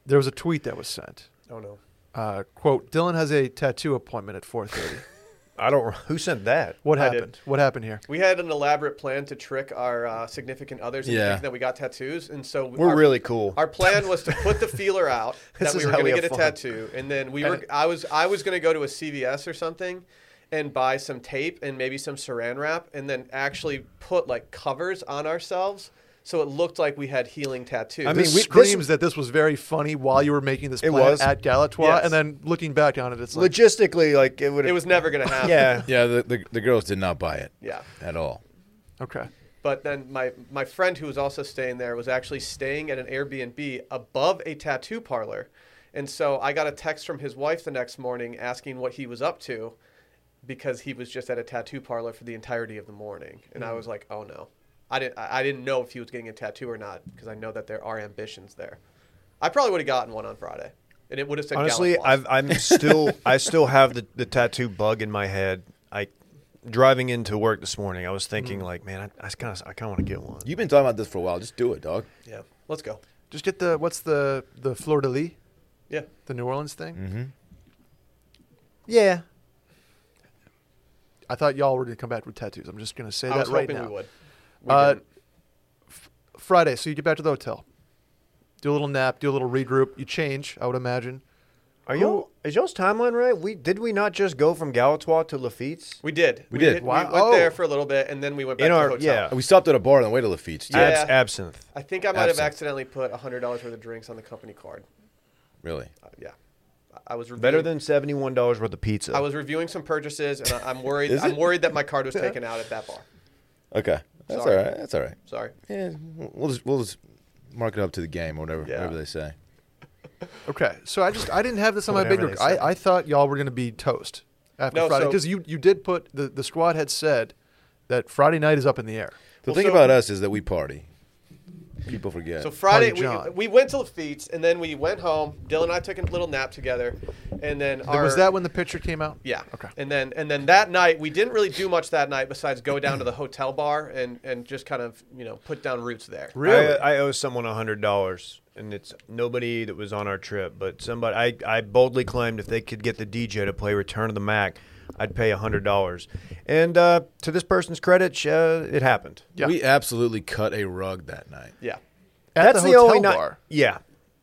There was a tweet that was sent. Oh no. Uh, quote: Dylan has a tattoo appointment at 4:30. I don't. Who sent that? What I did. happened? What happened here? We had an elaborate plan to trick our uh, significant others into Yeah. thinking that we got tattoos, and so We're our, really cool. Our plan was to put the feeler out that This we is were how going to we get a have fun. tattoo, and then we were. I was I was going to go to a CVS or something, and buy some tape and maybe some Saran wrap, and then actually put like covers on ourselves so it looked like we had healing tattoos. I mean, this we- this- screams that this was very funny while you were making this It plan was. at Galatois, Yes. and then looking back on it, it's like Logistically, like it would. it was never going to happen. Yeah. Yeah, the, the the girls did not buy it Yeah. at all. okay. But then my my friend who was also staying there was actually staying at an Airbnb above a tattoo parlor. And so I got a text from his wife the next morning asking what he was up to because he was just at a tattoo parlor for the entirety of the morning. And Hmm. I was like, "Oh no." I didn't I I didn't know if he was getting a tattoo or not because I know that there are ambitions there. I probably would have gotten one on Friday. And it would have said Honestly, Gallant I've, Wasp. I'm still. I still have the, the tattoo bug in my head. I driving into work this morning. I was thinking, like, man, I kind of, I kind of want to get one. You've been talking about this for a while. Just do it, dog. Yeah. Let's go. Just get the what's the the fleur de lis, Yeah. the New Orleans thing. Mm-hmm. Yeah. I thought y'all were gonna come back with tattoos. I'm just gonna say I that was right hoping now. we would. We Uh, didn't. Friday, so you get back to the hotel, do a little nap, do a little regroup. You change, I would imagine. Are you? Is y'all's timeline right? We did we not just go from Galatois to Lafitte's? we did. we did. We Wow. went there Oh. for a little bit and then we went back In to our- the hotel. yeah. We stopped at a bar on the way to Lafitte's. too. Yeah. Abs- absinthe. I think I might have Absent. accidentally put hundred dollars worth of drinks on the company card. Really? Uh, yeah, I- I was reviewing, Better than seventy one dollars worth of pizza. I was reviewing some purchases, and I, I'm worried. Is I'm it? worried that my card was taken out at that bar. Okay. That's Sorry. all right. That's all right. Sorry. Yeah, we'll just we'll just mark it up to the game or whatever Yeah. whatever they say. Okay, so I just I didn't have this on my big Whatever book. they said. I, I thought y'all were gonna be toast after No, Friday so- because you you did put the the squad had said that Friday night is up in the air. The Well, thing so- about us is that we party. People forget. So Friday, we, Party John. we went to Lafitte's, and then we went home. Dylan and I took a little nap together, and then And our, was that when the picture came out? Yeah. Okay. And then and then that night we didn't really do much that night besides go down to the hotel bar and and just kind of you know put down roots there. Really? I, I owe someone hundred dollars, and it's nobody that was on our trip, but somebody. I, I boldly claimed if they could get the DJ to play Return of the Mac, I'd pay hundred dollars. And uh, to this person's credit, sh- uh, it happened. Yeah. We absolutely cut a rug that night. Yeah. At That's the, the hotel only night. bar. Yeah,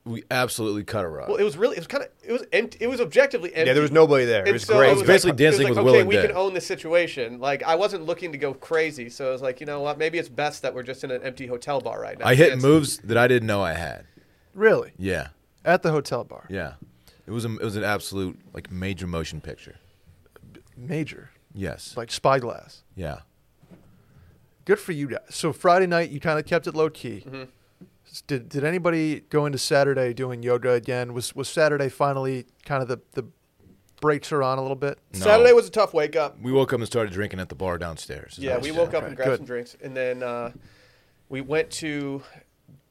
We absolutely cut a rug. Well, it was really it was kind of it was empty. It was objectively empty. yeah. There was nobody there. It And was so great. I It was basically like, dancing it was like, with Will okay, and we Dead. can own the situation. Like I wasn't looking to go crazy, so I was like, you know what? Maybe it's best that we're just in an empty hotel bar right now. I hit It's- moves that I didn't know I had. Really? Yeah, At the hotel bar. yeah. It was a, it was an absolute like major motion picture. Major. Yes. Like spyglass. yeah. Good for you guys. So Friday night you kind of kept it low key. S- Did did anybody go into Saturday doing yoga again? Was was Saturday finally kind of the the brakes are on a little bit? Mm. No. Saturday was a tough wake up. We woke up and started drinking at the bar downstairs. Yeah, we woke up and grabbed good. some drinks, and then uh, we went to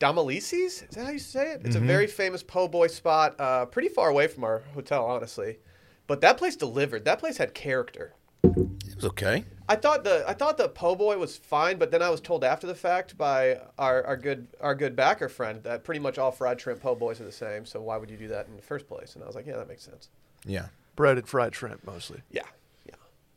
Damalisi's. Is that how you say it? It's Mm-hmm. a very famous po' boy spot, uh, pretty far away from our hotel, honestly. But that place delivered. That place had character. It was okay. I thought the I thought the po' boy was fine, but then I was told after the fact by our, our good our good backer friend that pretty much all fried shrimp po' boys are the same. So why would you do that in the first place? And I was like, yeah, that makes sense. Yeah. Bread and fried shrimp mostly. Yeah, yeah,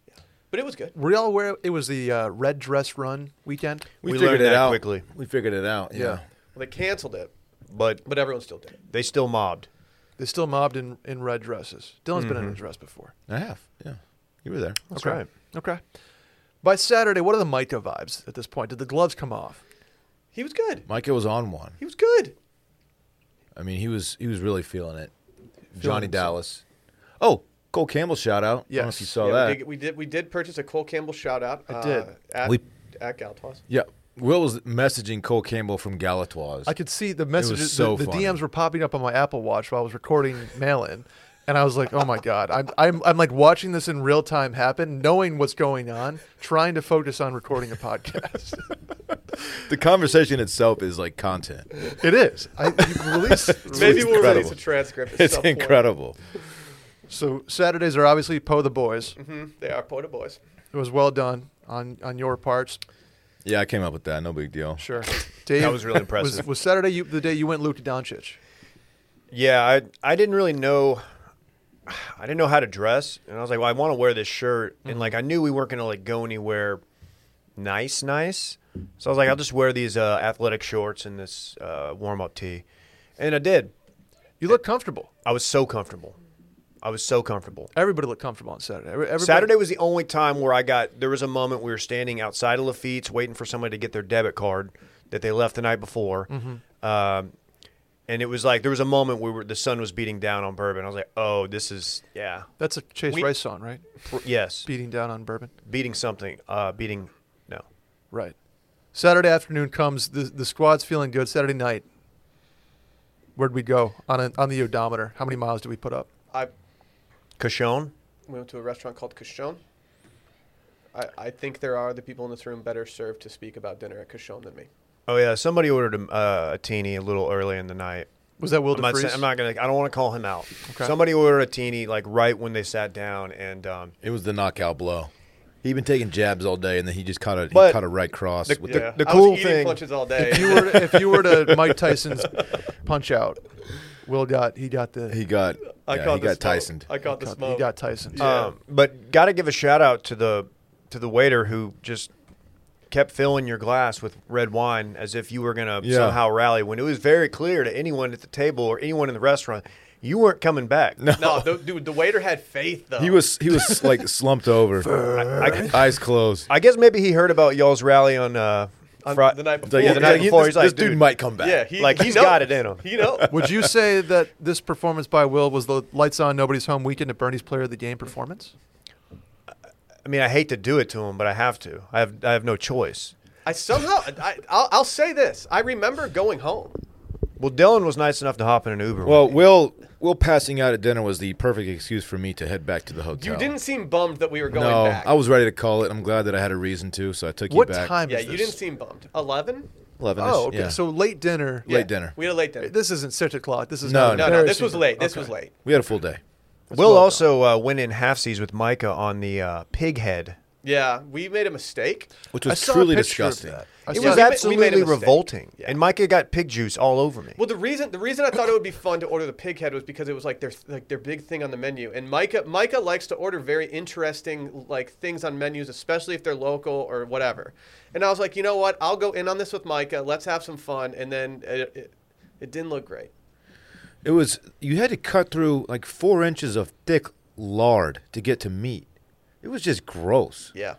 yeah. But it was good. Were y'all aware it was the uh, red dress run weekend? We learned that quickly. We figured it out. Yeah. Well, they canceled it, but but everyone still did it. they still mobbed. They still mobbed in, in red dresses. Dylan's been in a dress before. I have. Yeah. You were there. Mm-hmm. That's right. Okay. By Saturday, what are the Micah vibes at this point? Did the gloves come off? He was good. Micah was on one. He was good. I mean, he was he was really feeling it. himself. Johnny Dallas. Oh, Cole Campbell shout out. I don't know Yes. if you saw Yeah, that. We, did, we did. We did purchase a Cole Campbell shout out. I did. At, We- at Galtois. Yeah. Will was messaging Cole Campbell from Galatoire's. I could see the messages. so the, the funny. DMs were popping up on my Apple Watch while I was recording mail in, and I was like, "Oh my god!" I'm, I'm I'm like watching this in real time happen, knowing what's going on, trying to focus on recording a podcast. the conversation itself is like content. it is. I you release. Maybe we'll incredible. release a transcript. At It's some point. incredible. So Saturdays are obviously Poe the Boys. Mhm, They are Pota boys. It was well done on on your parts. Yeah, I came up with that. No big deal. Sure, Dave. was really impressive. Was, was Saturday you, the day you went Luka Doncic? Yeah, I I didn't really know. I didn't know how to dress, and I was like, "Well, I want to wear this shirt," and like I knew we weren't gonna like go anywhere nice, nice. So I was like, "I'll just wear these uh, athletic shorts and this uh, warm up tee," and I did. You look comfortable. I was so comfortable. I was so comfortable. Everybody looked comfortable on Saturday. Every- Everybody, Saturday was the only time where I got. There was a moment we were standing outside of Lafitte's waiting for somebody to get their debit card that they left the night before, Mm-hmm. um, and it was like there was a moment where we were, the sun was beating down on Bourbon. I was like, "Oh, this is yeah, That's a Chase We- Rice song, right? yes, Beating down on bourbon. beating something, uh, beating no." Right. Saturday afternoon comes. The, the squad's feeling good. Saturday night, where'd we go on a, on the odometer? How many miles did we put up? I Cashon, we went to a restaurant called Cachon. I, I think there are the people in this room better served to speak about dinner at Cachon than me. oh yeah, somebody ordered a, uh, a teeny a little early in the night. Was that Will I'm not, DeFreeze? saying- I'm not gonna. I don't want to call him out. Okay. Somebody ordered a teeny like right when they sat down, and um, It was the knockout blow. He'd been taking jabs all day, and then he just caught a he But- caught a right cross. with the- yeah. the I cool was eating thing- Punches all day. if you were to, if you were to Mike Tyson's punch out, Will got he got the the, he got I yeah, caught he the got smoke. Tyson. I caught the got, smoke. he got Tyson. Yeah. Um, but got to give a shout out to the to the waiter who just kept filling your glass with red wine as if you were going to Yeah. somehow rally when it was very clear to anyone at the table or anyone in the restaurant you weren't coming back. No. no, the, dude, the waiter had faith though. He was he was like slumped over, I, eyes closed. I guess maybe he heard about y'all's rally on uh On Fri- the night It's before. like, Yeah, the night he- before, this, he's like, this dude, dude- might come back. yeah, he, Like, he he's knows. got it in him. He know. Would you say that this performance by Will was the lights on nobody's home weekend at Bernie's player of the game performance? I mean I hate to do it to him but I have to. I have I have no choice. I somehow I, I'll, I'll say this. I remember going home. Well Dylan was nice enough to hop in an Uber. Well, with me. Will Will passing out at dinner was the perfect excuse for me to head back to the hotel. You didn't seem bummed that we were going No, back. I was ready to call it. I'm glad that I had a reason to, so I took What you back. time yeah, is you this? didn't seem bummed. Eleven. Eleven. Oh, okay. Yeah. So late dinner. Late dinner. We had a late dinner. This isn't six o'clock. This is no, No, not no, this embarrassing. was late. This Okay. was late. we had a full day. Will well done. also uh, went in halfsies with Micah on the uh, pig head. Yeah, we made a mistake. which I was saw a truly picture of disgusting. that. I It was saw we ma- that. we made a absolutely mistake. revolting. Yeah. And Micah got pig juice all over me. Well, the reason the reason I thought it would be fun to order the pig head was because it was like their like their big thing on the menu. And Micah Micah likes to order very interesting like things on menus, especially if they're local or whatever. And I was like, you know what? I'll go in on this with Micah. Let's have some fun. And then it, it, it didn't look great. It was you had to cut through like four inches of thick lard to get to meat. It was just gross. Yeah.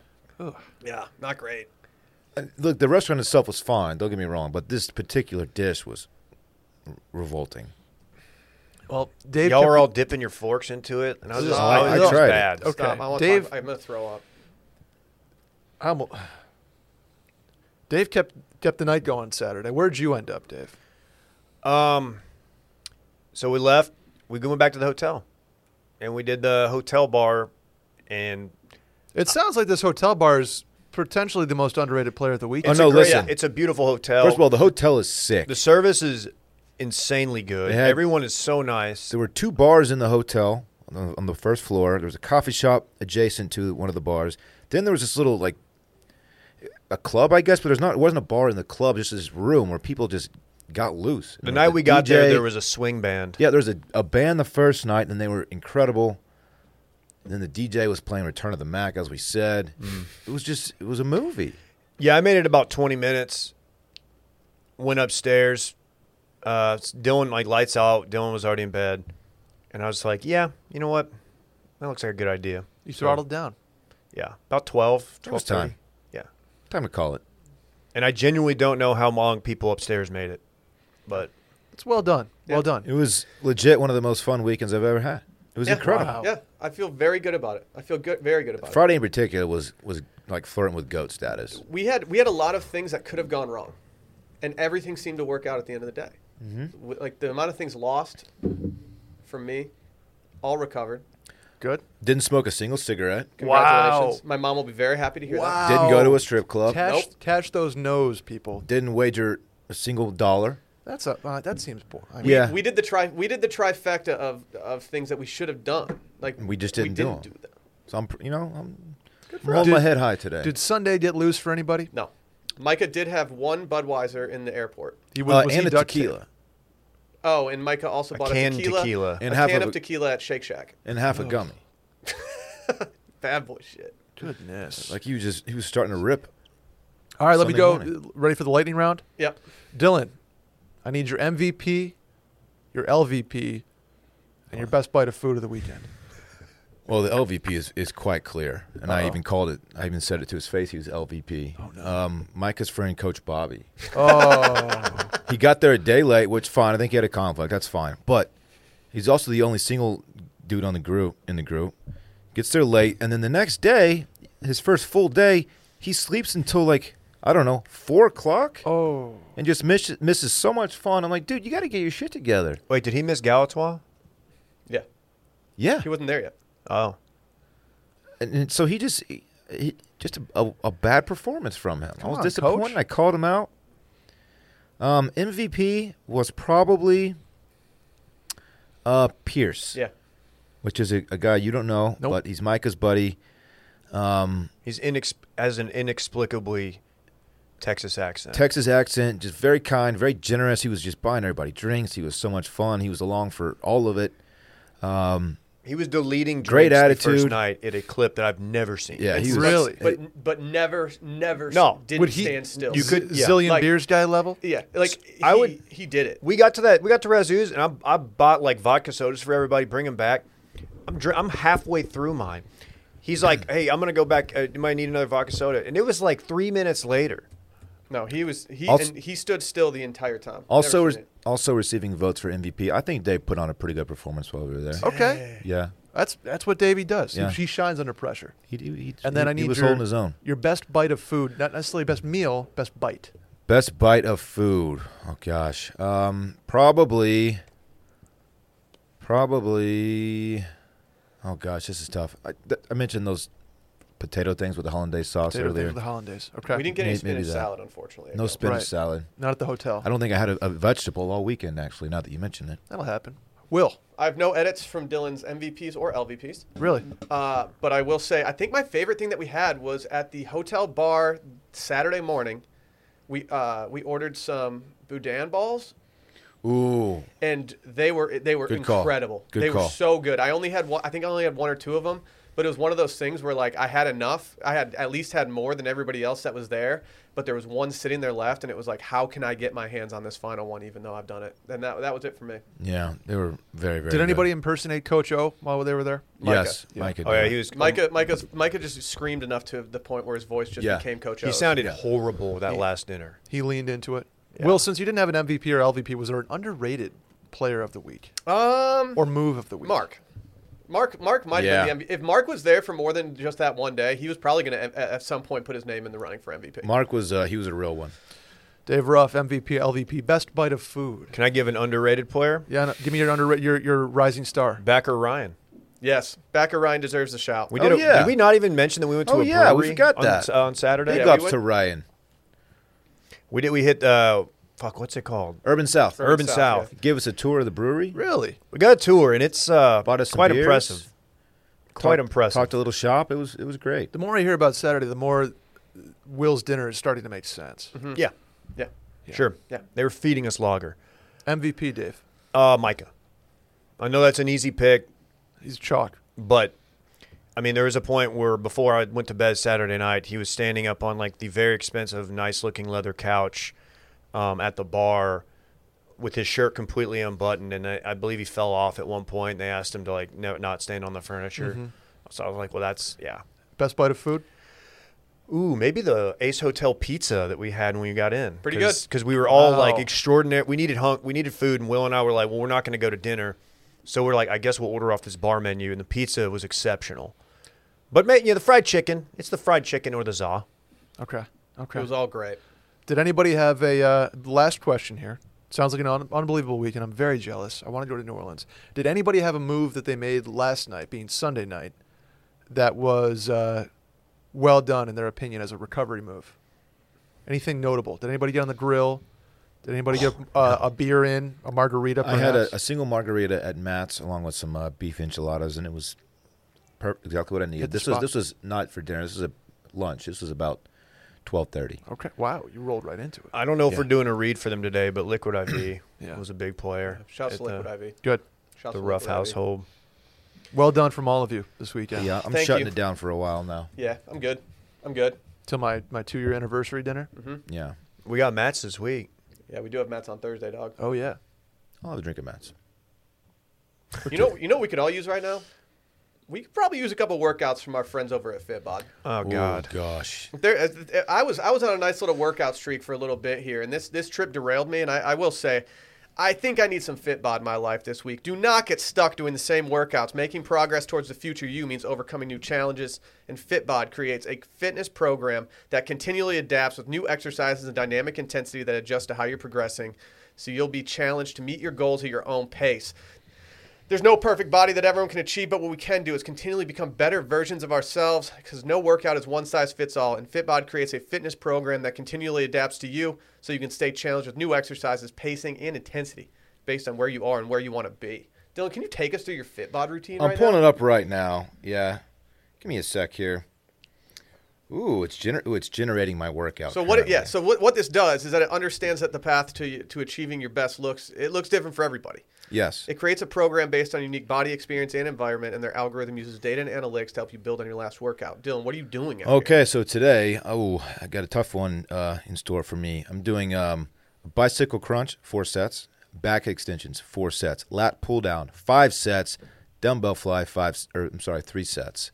Yeah, not great. Uh, Look, the restaurant itself was fine. Don't get me wrong, but this particular dish was r- revolting. Well, Dave. Y'all kept were me- all dipping your forks into it, and I was just, Oh, I was I just tried it. bad. Okay. Stop. I want Dave- Dave, I'm gonna throw up. I'm, Dave kept kept the night going Saturday. Where'd you end up, Dave? Um, so we left. We went back to the hotel, and we did the hotel bar, and It sounds like this hotel bar is potentially the most underrated player of the week. Oh, no, a great- listen. it's a beautiful hotel. First of all, the hotel is sick. the service is insanely good. They had- Everyone is so nice. There were two bars in the hotel on the, on the first floor. There was a coffee shop adjacent to one of the bars. Then there was this little like a club, I guess, but there's not. It wasn't a bar in the club. Just this room where people just got loose. The night we got there, DJ there was a swing band. Yeah, there was a, a band the first night, and they were incredible. And then the DJ was playing Return of the Mac, as we said. Mm. It was just, it was a movie. Yeah, I made it about 20 minutes. Went upstairs. Uh, Dylan, like, lights out. Dylan was already in bed. And I was like, yeah, you know what? That looks like a good idea. you So, throttled down. Yeah, about 12, That was 12:30. time. Yeah. Time to call it. And I genuinely don't know how long people upstairs made it, but It's well done. Yeah. Well done. It was legit one of the most fun weekends I've ever had. It was Yeah. incredible. Wow. Yeah, I feel very good about it. I feel good, very good about it. Friday in particular was was like flirting with goat status. we had we had a lot of things that could have gone wrong, and everything seemed to work out at the end of the day. Mm-hmm. W Like the amount of things lost from me, all recovered. Good. Didn't smoke a single cigarette. Congratulations! Wow. My mom will be very happy to hear Wow. that. Didn't go to a strip club. Cash, Nope. cash those no's, people. Didn't wager a single dollar. That's a uh, that seems boring. I Yeah. We did the tri we did the trifecta of of things that we should have done. Like We just didn't do didn't them. do them. So I'm, pr- you know, I'm, I'm holding you. my Did- head high today. Did Sunday get loose for anybody? Uh, No, Micah did have one Budweiser in the airport. He uh, he and a duct tequila taped? Oh, and Micah also bought canned a tequila, tequila. and And a half can of of a- tequila at Shake Shack. and half Oh. a gummy. Bad boy shit. Goodness. Like he was just he was starting to rip. All right, let me Sunday go. Uh, morning. Ready for the lightning round? Yep. Dylan, I need your MVP, your LVP, and your best bite of food of the weekend. Well, the LVP is, is quite clear, and I Uh-oh. even called it. I even said it to his face. He was LVP. Oh no. Um, Micah's friend, Coach Bobby. Oh, he got there a day late, which fine. I think he had a conflict. That's fine. But he's also the only single dude on the group in the group. Gets there late, and then the next day, his first full day, he sleeps until like I don't know four o'clock, oh. and just miss, misses so much fun. I'm like, dude, you got to get your shit together. wait, did he miss Galatois? Yeah. Yeah, He wasn't there yet. Oh, and, and so he just he, he- just a, a, a bad performance from him. I Come was on, disappointed. coach. I called him out. Um, MVP was probably uh, Pierce. Yeah. which is a, a guy you don't know, Nope. but he's Micah's buddy. Um, he's inex- has an inexplicably Texas accent. Texas accent, just very kind, very generous. He was just buying everybody drinks. He was so much fun. He was along for all of it. Um, he was deleting Great drinks the first attitude. night at a clip that I've never seen. yeah, he was Really? But but never never No. didn't Would he- stand still. You could- yeah. zillion Like- beers guy level. Yeah, like I he, would- He did it. We got to that. We got to Razoo's, and I, I bought like vodka sodas for everybody. Bring them back. I'm dr- I'm halfway through mine. He's like, "Hey, I'm gonna go back. Uh, you might need another vodka soda." And it was like three minutes later. No, he was he Also- and he stood still the entire time. Also, Never re- seen it. also receiving votes for MVP. I think they put on a pretty good performance while we were there. Okay, Yeah, that's that's what Davey does. He- Yeah. He shines under pressure. he, he, he- And then he- I need he was your, holding his own. Your best bite of food, not necessarily best meal, best bite. Best bite of food. Oh gosh, um, probably, probably. Oh gosh, this is tough. I, th- I mentioned those potato things with the hollandaise sauce Potato thing earlier. for the hollandaise. Okay, we didn't get any Maybe- spinach maybe that. salad, unfortunately. No No, spinach Right. salad. not at the hotel. I don't think I had a, a vegetable all weekend. Actually, now that you mention it, That'll happen. Will I have no edits from Dylan's MVPs or LVPs. really? Uh, but I will say, I think my favorite thing that we had was at the hotel bar Saturday morning. We uh, we ordered some boudin balls, ooh, and they were they were Good call. incredible. Good they call. were so good. I only had one. I think I only had one or two of them, but it was one of those things where like I had enough. I had at least had more than everybody else that was there, but there was one sitting there left, and it was like, how can I get my hands on this final one, even though I've done it? And that that was it for me. yeah, they were very very. Did anybody Good. impersonate Coach O while they were there? Yes, Micah. Yeah. Micah. Oh did. yeah, he was. Micah, Micah's, Micah just screamed enough to the point where his voice just Yeah. became Coach He O's. sounded horrible that last dinner. He leaned into it. Yeah. Will, since you didn't have an MVP or LVP, was there an underrated player of the week um or move of the week? Mark. Mark, Mark might Yeah. have been the MVP. If Mark was there for more than just that one day, he was probably going to at some point put his name in the running for MVP. Mark was uh, he was a real one. Dave Ruff, MVP, LVP, best bite of food. Can I give an underrated player? Yeah, no, give me your underrated, your your rising star. Backer Ryan. Yes, Backer Ryan deserves a shout. We Oh, did. a, yeah. Did we not even mention that we went to Oh, a yeah, we brewery forgot on, that. s- on Saturday? Big Yeah, we ups went- to Ryan, We did. We hit. Uh, fuck. What's it called? Urban South. Urban Urban South, South. Give us a tour of the brewery. Really? We got a tour, and it's uh, Bought us some quite beers. impressive. Quite Talked- impressive. Talked a little shop. It was it was great. The more I hear about Saturday, the more Will's dinner is starting to make sense. Mm-hmm. yeah, Yeah. sure. Yeah. They were feeding us lager. MVP, Dave. Uh, Micah. I know that's an easy pick, He's chalk. but I mean, there was a point where before I went to bed Saturday night, he was standing up on like the very expensive, nice looking leather couch um, at the bar with his shirt completely unbuttoned. And I, I believe he fell off at one point. And they asked him to Mm-hmm. like no, not stand on the furniture. So I was like, well, that's, yeah. Best bite of food. Ooh, maybe the Ace Hotel pizza that we had when we got in. Pretty good. because we were all like Wow. extraordinary. We needed hunk, we needed food, and Will and I were like, "Well, we're not going to go to dinner," so we're like, "I guess we'll order off this bar menu." And the pizza was exceptional. But man, yeah, the fried chicken. It's the fried chicken or the za. Okay. It Okay. was all great. Did anybody have a uh, last question here? Sounds like an un- unbelievable week, and I'm very jealous. I want to go to New Orleans. Did anybody have a move that they made last night, being Sunday night, that was uh, well done in their opinion as a recovery move? Anything notable? Did anybody get on the grill? Did anybody get uh, a beer in, a margarita? I Perhaps? had a, a single margarita at Matt's along with some uh, beef enchiladas, and it was per- exactly what I Hit needed. the This was spot. this was not for dinner. This was a lunch. This was about twelve thirty. okay. Wow, you rolled right into it. I don't know if Yeah. we're doing a read for them today, but Liquid IV Yeah. was a big player. Shouts at to Liquid the, Ivy. Good. Shouts the to Rough Liquid Ivy. Household. Well done from all of you this Yeah, weekend. I'm Thank shutting you. it down for a while now. Yeah, I'm good. I'm good. Till my, my two year anniversary dinner. Mm-hmm. Yeah, We got Matt's this week. Yeah, we do have Matt's on Thursday, dog. Oh yeah. I'll have a drink at Matt's. You know, you know, what we could all use right now. We could probably use a couple workouts from our friends over at FitBod. Oh God. oh, gosh. There, uh, I was I was on a nice little workout streak for a little bit here, and this this trip derailed me. And I, I will say, I think I need some FitBod in my life this week. Do not get stuck doing the same workouts. Making progress towards the future you means overcoming new challenges, and FitBod creates a fitness program that continually adapts with new exercises and dynamic intensity that adjust to how you're progressing. So you'll be challenged to meet your goals at your own pace. There's no perfect body that everyone can achieve, but what we can do is continually become better versions of ourselves because no workout is one size fits all. And FitBod creates a fitness program that continually adapts to you so you can stay challenged with new exercises, pacing, and intensity based on where you are and where you want to be. Dylan, can you take us through your FitBod routine? I'm right pulling now? it up right now. Yeah, give me a sec here. Ooh, it's gener- ooh, it's generating my workout. So what? It, currently. yeah. So what, what this does is that it understands that the path to to achieving your best looks it looks different for everybody. Yes. It creates a program based on unique body experience and environment, and their algorithm uses data and analytics to help you build on your last workout. Dylan, what are you doing? out here? Okay, so today, oh, I got a tough one uh, in store for me. I'm doing um, bicycle crunch, four sets, back extensions, four sets, lat pull down, five sets, dumbbell fly, five, s- or I'm sorry, three sets,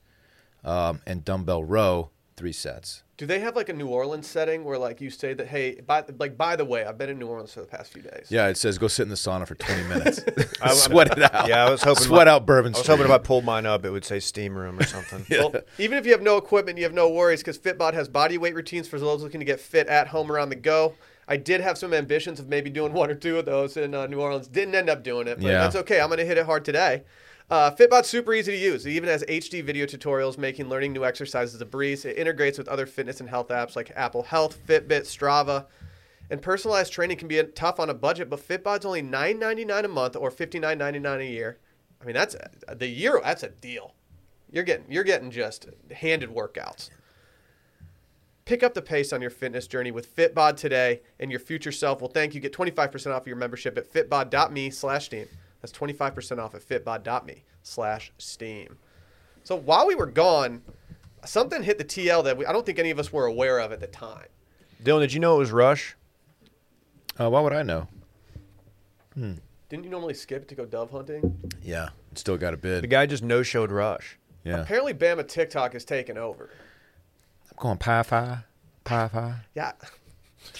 um, and dumbbell row, three sets. Do they have like a New Orleans setting where like you say that hey, by, like by the way, I've been in New Orleans for the past few days. Yeah, it says go sit in the sauna for 20 minutes, I- sweat it out. Yeah, I was hoping. sweat my- out bourbon. I was Street. hoping if I pulled mine up, it would say steam room or something. Well, even if you have no equipment, you have no worries because Fitbod has body weight routines for those looking to get fit at home or on the go. I did have some ambitions of maybe doing one or two of those in uh, New Orleans. Didn't end up doing it, but Yeah. that's okay. I'm going to hit it hard today. Uh, Fitbot's super easy to use. It even has HD video tutorials making learning new exercises a breeze. It integrates with other fitness and health apps like Apple Health, Fitbit, Strava. And personalized training can be tough on a budget, but Fitbod's only $9.99 a month or $59.99 a year. I mean, that's the year. That's a deal. You're getting you're getting just handed workouts. Pick up the pace on your fitness journey with Fitbod today, and your future self will thank you. Get 25% off your membership at fitbod.me slash steam. That's 25% off at fitbod.me slash steam. So while we were gone, something hit the TL that we, I don't think any of us were aware of at the time. Dylan, did you know it was Rush? Uh, why would I know? Didn't you normally skip to go dove hunting? Yeah, still got a The bid. guy just no showed Rush. Yeah, I'm Apparently, Bama TikTok has taken over. going pi fi, pi fi. Yeah.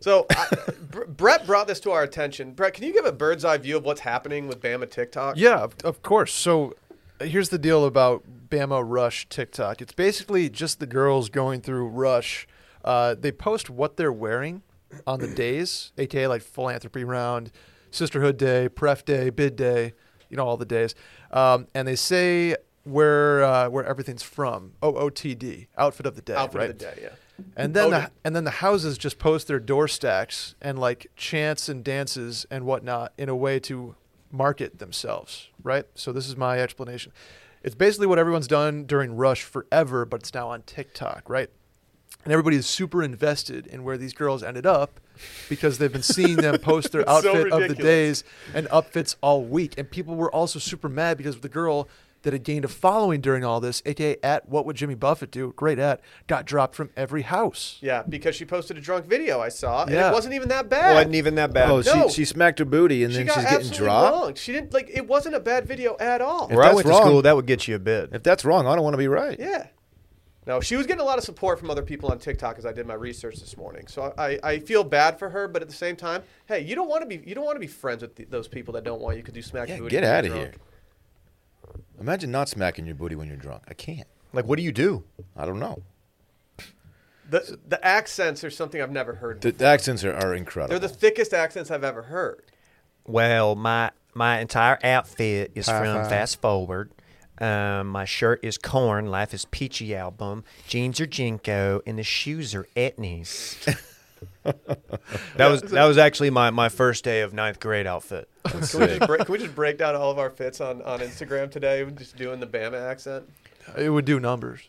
So I, Br- Brett brought this to our attention. Brett, can you give a bird's eye view of what's happening with Bama TikTok? Yeah, of, of course. So uh, here's the deal about Bama Rush TikTok. It's basically just the girls going through Rush. Uh, they post what they're wearing on the days, aka like philanthropy round, sisterhood day, pref day, bid day, you know all the days, um, and they say where uh, where everything's from. OOTD, outfit of the day. Outfit right? of the day. Yeah. And then Odin. the, and then the houses just post their door stacks and like chants and dances and whatnot in a way to market themselves, right? So this is my explanation. It's basically what everyone's done during Rush forever, but it's now on TikTok, right? And everybody is super invested in where these girls ended up because they've been seeing them post their It's so outfit of the ridiculous. days and outfits all week. And people were also super mad because the girl that had gained a following during all this, aka at what would Jimmy Buffett do? Great at got dropped from every house. Yeah, because she posted a drunk video I saw, and Yeah. it wasn't even that Well, bad. wasn't even that bad. Oh, No. she, she smacked her booty and she then got she's getting absolutely dropped. wronged. She didn't like it. Wasn't a bad video at all. Where I that's went wrong- to school, that would get you a bid. If that's wrong, I don't want to be right. Yeah. Now she was getting a lot of support from other people on TikTok as I did my research this morning. So I, I feel bad for her, but at the same time, hey, you don't want to be you don't want to be friends with the, those people that don't want you because you smack Yeah, your booty. get when you're out of drunk. here. Imagine not smacking your booty when you're drunk. I can't. Like, what do you do? I don't know. The the accents are something I've never heard. The, the accents are, are incredible. They're the thickest accents I've ever heard. Well, my my entire outfit is from Fast Forward. Um, my shirt is Corn, Life is Peachy album. Jeans are Jinko, and the shoes are Etnies. that was that was actually my, my first day of ninth grade outfit. Can we, just break, can we just break down all of our fits on, on Instagram today? We're Just doing the Bama accent. It would do numbers.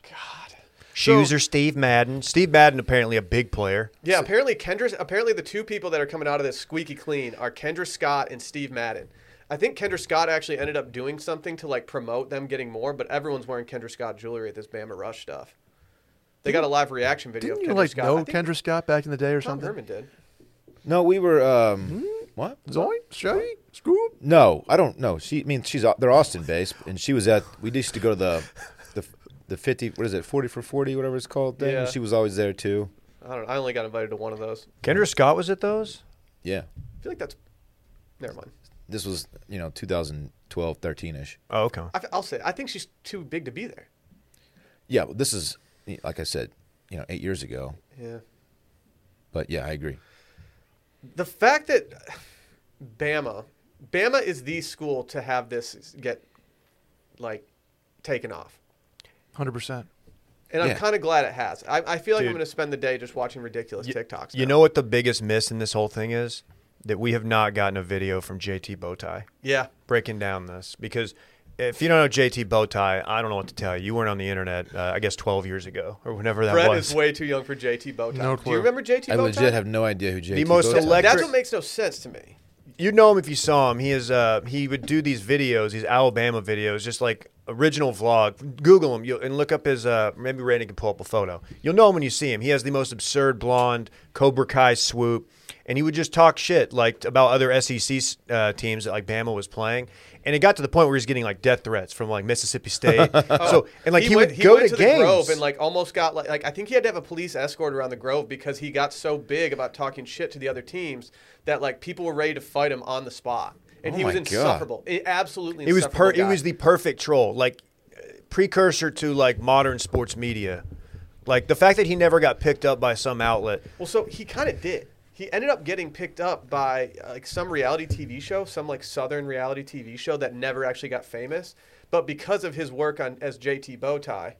Shoes are Steve Madden. Steve Madden apparently a big player. Yeah, apparently Kendra. Apparently, the two people that are coming out of this squeaky clean are Kendra Scott and Steve Madden. I think Kendra Scott actually ended up doing something to like promote them getting more, but everyone's wearing Kendra Scott jewelry at this Bama Rush stuff. They got a live reaction video. Didn't of you Kendra like Scott. I know think Kendra Scott back in the day or Tom something? Herman did. no, we were. Um, Hmm? What? Zoink, Shelly, Scoop. No, I don't know. She I mean she's au- they're Austin based, and she was at. We used to go to the, the, the fifty. What is it? Forty for forty, whatever it's called. Thing. Yeah. She was always there too. I don't. know. I only got invited to one of those. Kendra Scott was at those. Yeah. I feel like that's. Never mind. This was you know 2012, 13 ish. Oh, okay. I, will say. I think she's too big to be there. Yeah. Well, this is like I said, you know, eight years ago. Yeah. But yeah, I agree. the fact that Bama, Bama is the school to have this get like taken off, Hundred percent. and I'm Yeah. kind of glad it has. I, I feel like I'm Dude. going to spend the day just watching ridiculous Y- TikToks. You now. know what the biggest miss in this whole thing is? That we have not gotten a video from JT Bowtie. yeah, breaking down this because if you don't know JT Bowtie, I don't know what to tell you. You weren't on the internet, uh, I guess, 12 years ago or whenever that Brett was. is way too young for JT Bowtie. No Do you clue. remember JT I Bowtie? legit have no idea who J. most elect- That's Electric- what makes no sense to me. You'd know him if you saw him. He is. Uh, he would do these videos, these Alabama videos, just like original vlog. Google him you'll, and look up his. Uh, maybe Randy can pull up a photo. You'll know him when you see him. He has the most absurd blonde Cobra Kai swoop, and he would just talk shit like about other SEC uh, teams that like Bama was playing. And it got to the point where he was getting like death threats from like Mississippi State. so and like he, went, would go went to, the games Grove and like almost got like, like I think he had to have a police escort around the Grove because he got so big about talking shit to the other teams that like people were ready to fight him on the spot, and Oh he was my God. insufferable. I- absolutely, It was insufferable per- it guy. was the perfect troll, like uh, precursor to like modern sports media. Like the fact that he never got picked up by some outlet. Well, so he kind of did. He ended up getting picked up by uh, like some reality TV show, some like southern reality TV show that never actually got famous, but because of his work on as JT Bowtie,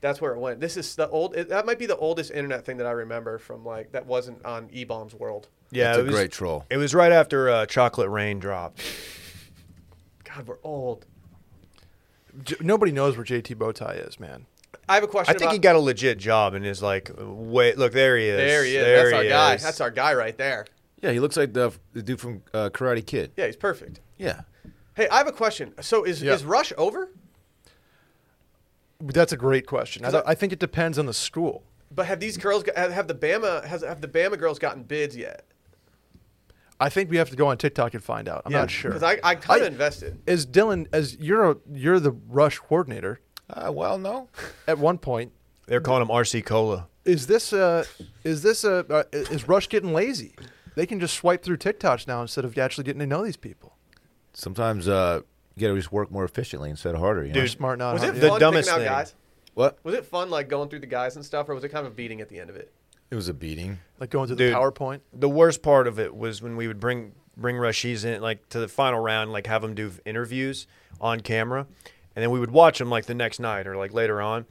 that's where it went. This is the old. It, that might be the oldest internet thing that I remember from like that wasn't on E Bombs World. Yeah, That's it a was, great troll. It was right after uh, Chocolate Rain dropped. God, we're old. J- nobody knows where JT Bowtie is, man. I have a question. I think about, he got a legit job and is like, wait, look, there he is. There he is. There that's our he guy. is. That's our guy right there. yeah, he looks like the, the dude from uh, Karate Kid. Yeah, he's perfect. Yeah. Hey, I have a question. So is Yeah. is Rush over? That's a great question. I, Because don't- I think it depends on the school. But have these girls got- have have the Bama has have the Bama girls gotten bids yet? I think we have to go on TikTok and find out. I'm not sure. Because I, I kind I- of invested. as Dylan, as you're a, you're the rush coordinator Uh, well, no. at one point. They're calling him RC Cola. Is this uh is this a uh, is Rush getting lazy? They can just swipe through TikToks now instead of actually getting to know these people. Sometimes uh, you got to just work more efficiently instead of harder. You know? Dude. Smart not Was hard, it yeah. Uh-huh. The fun dumbest picking out thing. guys? What? Was it fun like going through the guys and stuff, or was it kind of a beating at the end of it? It was a beating. like going through Dude. the PowerPoint? the worst part of it was when we would bring bring rushies in like to the final round like have them do interviews on camera and then we would watch them like the next night or like later on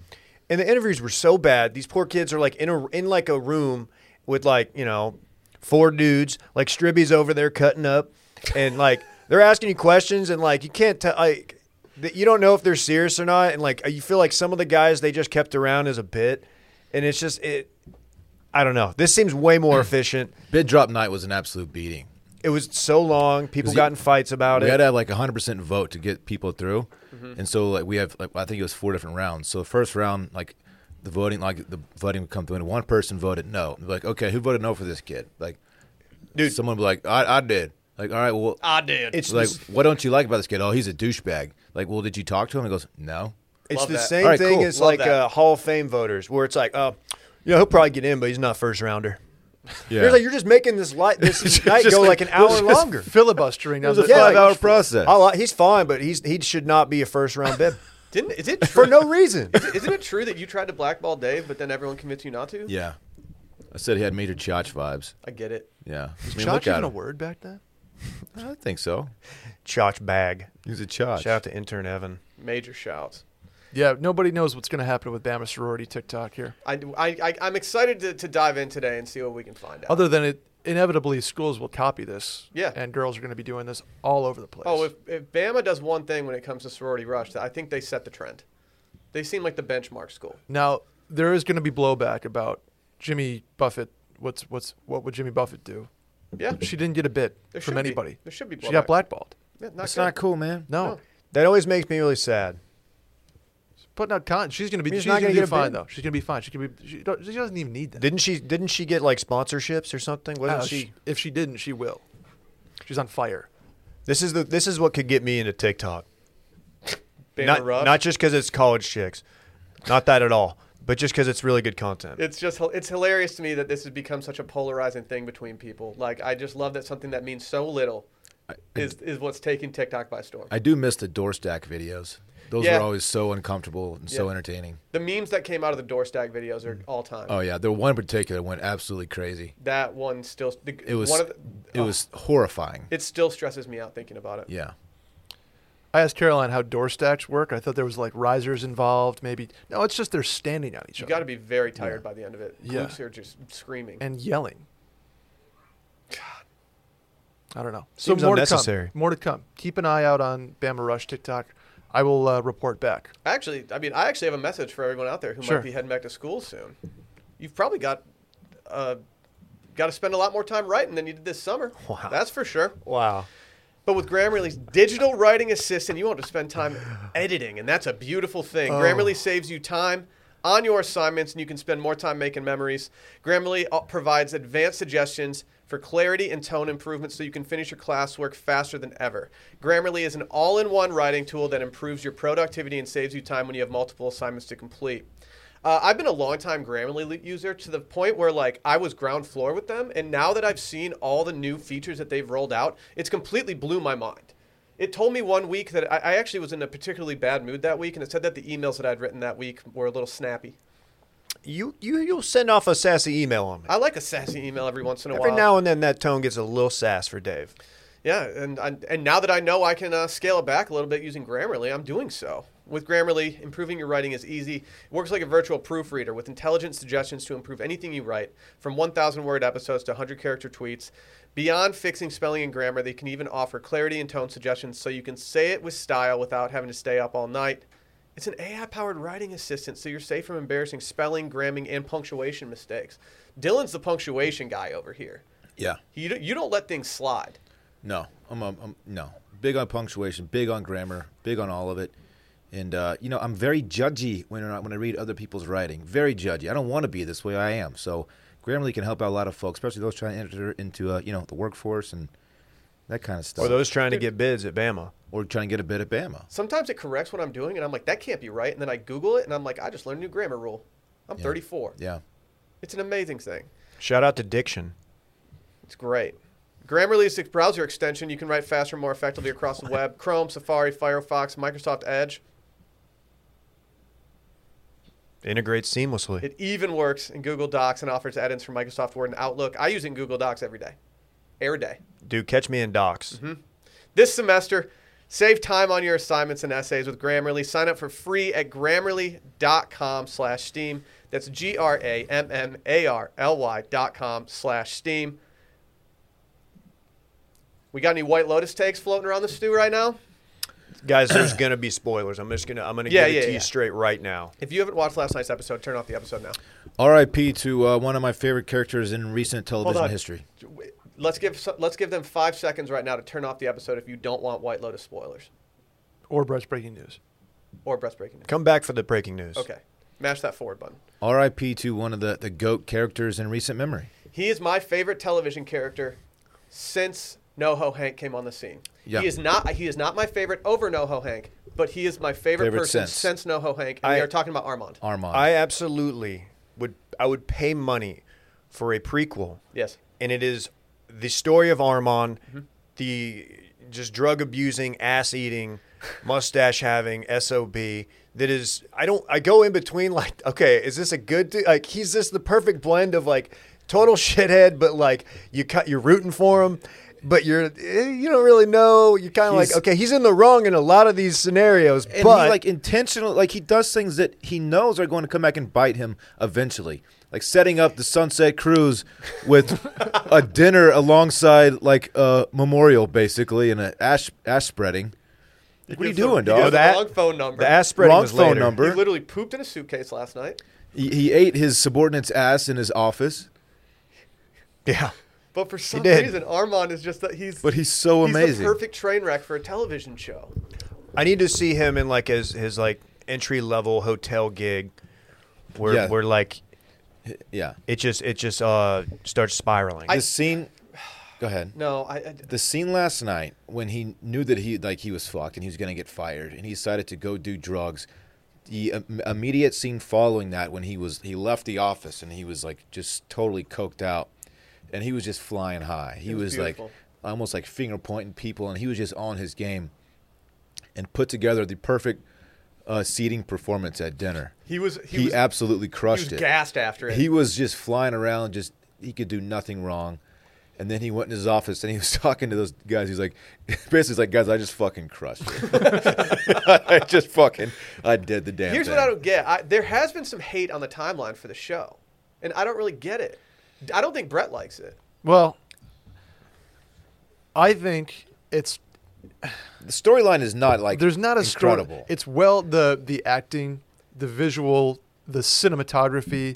and the interviews were so bad these poor kids are like in a in like a room with like you know four dudes like stribbies over there cutting up and like they're asking you questions and like you can't tell like that you don't know if they're serious or not and like you feel like some of the guys they just kept around as a bit and it's just it I don't know. This seems way more efficient. Bid drop night was an absolute beating. It was so long. People Was got it- in fights about We it. had to have like 100% vote to get people through. And so like we have like I think it was four different rounds. So the first round like the voting like the voting would come through and one person voted no. Like okay, who voted no for this kid? Like Dude. someone would be like I I did. Like all right, well I did. it's like this- what don't you like about this kid? Oh, he's a douchebag. Like well, did you talk to him? He goes, "No." It's Love the that. same All right, thing cool. as Love like that. uh, Hall of Fame voters, where it's like, oh, you know, he'll probably get in, but he's not first rounder. Yeah. You're, like, you're just making this light this night Just go like an hour just longer. Filibustering. now was a that- Yeah, like- five-hour process. I like, he's fine, but he's he should not be a first round bib Didn't is it true? for no reason. Isn't it true that you tried to blackball Dave, but then everyone convinced you not to? yeah. I said he had major Chach vibes. I get it. Yeah. I mean, Chach look at even a him. word back then? I think so. Chotch bag. He's a Chach. Shout out to intern Evan. Major shouts. Yeah, nobody knows what's going to happen with Bama sorority TikTok here. I, I, I, am excited to, to dive in today and see what we can find out. Other than it, inevitably schools will copy this. Yeah. and girls are going to be doing this all over the place. oh, if, if Bama does one thing when it comes to sorority rush, I think they set the trend. They seem like the benchmark school. now there is going to be blowback about Jimmy Buffett. What's what's what would Jimmy Buffett do? Yeah, She didn't get a bid there should from be- anybody. There should be. She got blowback. blackballed. Yeah, not That's good. not cool, man. No. No. That always makes me really sad. putting out content. She's going to be. She's She's, not gonna going get to be a fine bid. though. She's going to be fine. She can be. She, don't, she doesn't even need that. Didn't she? Didn't she get like sponsorships or something? Wasn't Oh, Uh, she? sh- if she didn't, she will. She's on fire. This is the this is what could get me into TikTok. Bama not Rush. not just because it's college chicks, not that at all, but just because it's really good content. it's just it's hilarious to me that this has become such a polarizing thing between people. Like I just love that something that means so little is is what's taking TikTok by storm. I do miss the door stack videos. Those Yeah. were always so uncomfortable and so Yeah. entertaining. the memes that came out of the door stack videos are all time. Oh yeah, the one in particular went absolutely crazy. That one still the, It was one of the, oh, it was horrifying. it still stresses me out thinking about it. yeah. I asked Caroline how door stacks work. I thought there was like risers involved, maybe. No, it's just they're standing on each You other got to be very tired by the end of it. Yeah. Glutes are just screaming. and yelling. I don't know. Seems so more unnecessary. to come. More to come. Keep an eye out on Bama Rush TikTok. I will uh, report back. actually, I mean, I actually have a message for everyone out there who Sure. might be heading back to school soon. You've probably got uh, got to spend a lot more time writing than you did this summer. Wow. That's for sure. Wow. But with Grammarly's digital writing assistant, you won't have to spend time editing, and that's a beautiful thing. Grammarly saves you time on your assignments, and you can spend more time making memories. Grammarly uh, provides advanced suggestions for clarity and tone improvement so you can finish your classwork faster than ever. Grammarly is an all in one writing tool that improves your productivity and saves you time when you have multiple assignments to complete. Uh, I've been a longtime Grammarly li- user to the point where like I was ground floor with them, and now that I've seen all the new features that they've rolled out, it's completely blew my mind. It told me one week that I, I actually was in a particularly bad mood that week, and it said that the emails that I'd written that week were a little snappy. You you you'll send off a sassy email on me. I like a sassy email every once in a Every while. now and then, that tone gets a little sass for Dave. Yeah, and and- and now that I know I can uh, scale it back a little bit using Grammarly, I'm doing so. With Grammarly, improving your writing is easy. It works like a virtual proofreader with intelligent suggestions to improve anything you write, from 1,000 word episodes to 100 character tweets. Beyond fixing spelling and grammar, they can even offer clarity and tone suggestions so you can say it with style without having to stay up all night. It's an AI powered writing assistant, so you're safe from embarrassing spelling, gramming, and punctuation mistakes. Dylan's the punctuation guy over here. Yeah. You don't, you don't let things slide. No, I'm, I'm, I'm- no big on punctuation, big on grammar, big on all of it, and uh, you know I'm very judgy when I, when I read other people's writing. Very judgy. I don't want to be this way. I am. So Grammarly can help out a lot of folks, especially those trying to enter into uh, you know the workforce and that kind of stuff, Or those trying to get bids at Bama. or trying to get a bit at Bama. sometimes it corrects what I'm doing, and I'm like, that can't be right. And then I Google it, and I'm like, I just learned a new grammar rule. I'm 34. Yeah. It's an amazing thing. Shout out to Diction. It's great. Grammarly is a browser extension. You can write faster and more effectively across the web. Chrome, Safari, Firefox, Microsoft Edge. Integrates seamlessly. It even works in Google Docs and offers add-ins for Microsoft Word and Outlook. I use it in Google Docs every day, every day. Dude, catch me in docs. Mm-hmm. This semester, save time on your assignments and essays with Grammarly. Sign up for free at grammarly.com slash steam. That's G-R-A-M-M-A-R-L-Y dot com slash steam. We got any White Lotus takes floating around the stew right now? Guys, there's gonna be spoilers. I'm just gonna I'm gonna Yeah, get it yeah, to yeah. you straight right now. If you haven't watched last night's episode, turn off the episode now. R.I.P. to uh, one of my favorite characters in recent television on. history. Let's give so- let's give them five seconds right now to turn off the episode if you don't want White Lotus spoilers Or breast breaking news. or breastbreaking. Come back for the breaking news. Okay, mash that forward button. R.I.P. to one of the the goat characters in recent memory. He is my favorite television character since NoHo Hank came on the scene. Yeah. He is not he is not my favorite over NoHo Hank, but he is my favorite, Favorite person since. since, NoHo Hank. And I- we are talking about Armand. Armand. I absolutely would. I would pay money for a prequel yes. and it is the story of Armand, the just drug abusing, ass eating, mustache having sob. That is, I don't. I go in between like, okay, is this a good dude? Like, he's just the perfect blend of like total shithead, but like you cut, you're rooting for him. But you're, eh, you don't really know. You're kind of like, He's- okay, he's in the wrong in a lot of these scenarios. and but he like intentional like he does things that he knows are going to come back and bite him eventually like setting up the sunset cruise with a dinner alongside like a memorial basically and a ash ash spreading Like, what are you gives the- he doing gives dog the that- wrong phone number. the ass spreading wrong was phone later. number. He literally pooped in a suitcase last night. he, he ate his subordinate's ass in his office Yeah, But for some did. reason, Armand is just that he's. But he's so He's the amazing. perfect train wreck for a television show. I need to see him in like his his like entry level hotel gig, where Yeah. where like yeah it just it just uh starts spiraling. the scene go ahead No, I. I the scene last night when he knew that he like he was fucked and he was going to get fired and he decided to go do drugs the im- immediate scene following that when he was he left the office and he was like just totally coked out and he was just flying high he was was, like beautiful. almost like finger pointing people and he was just on his game and put together the perfect uh, seating performance at dinner he was. He, he, was, absolutely he crushed was it gassed after it. he was just flying around just he could do nothing wrong and then he went in his office and he was talking to those guys he's like basically he's like guys i just fucking crushed it i just fucking i did the damn Here's thing what I don't get. I, there has been some hate on the timeline for the show, and I don't really get it. I don't think Brett likes it. Well, I think it's the storyline is not like there's not a story- incredible It's well the the acting, the visual, the cinematography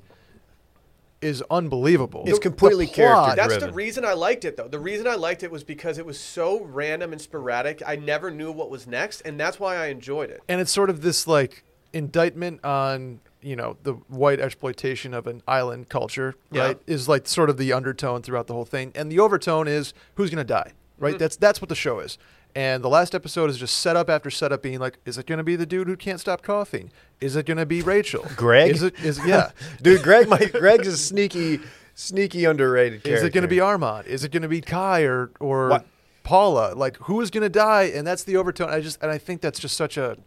is unbelievable. It's The- completely the character plot- That's the driven. reason I liked it, though. The reason I liked it was because it was so random and sporadic. I never knew what was next, and that's why I enjoyed it. and it's sort of this like indictment on you know the white exploitation of an island culture Yeah. right is like sort of the undertone throughout the whole thing and the overtone is who's going to die right Mm-hmm. that's that's what the show is and the last episode is just setup after setup being like is it going to be the dude who can't stop coughing is it going to be rachel Greg? is it is yeah Dude, Greg, my, Greg's a sneaky, sneaky underrated character. Is it going to be Armand? Is it going to be Kai or or What? Paula? Like who is going to die? And that's the overtone. I just and I think that's just such a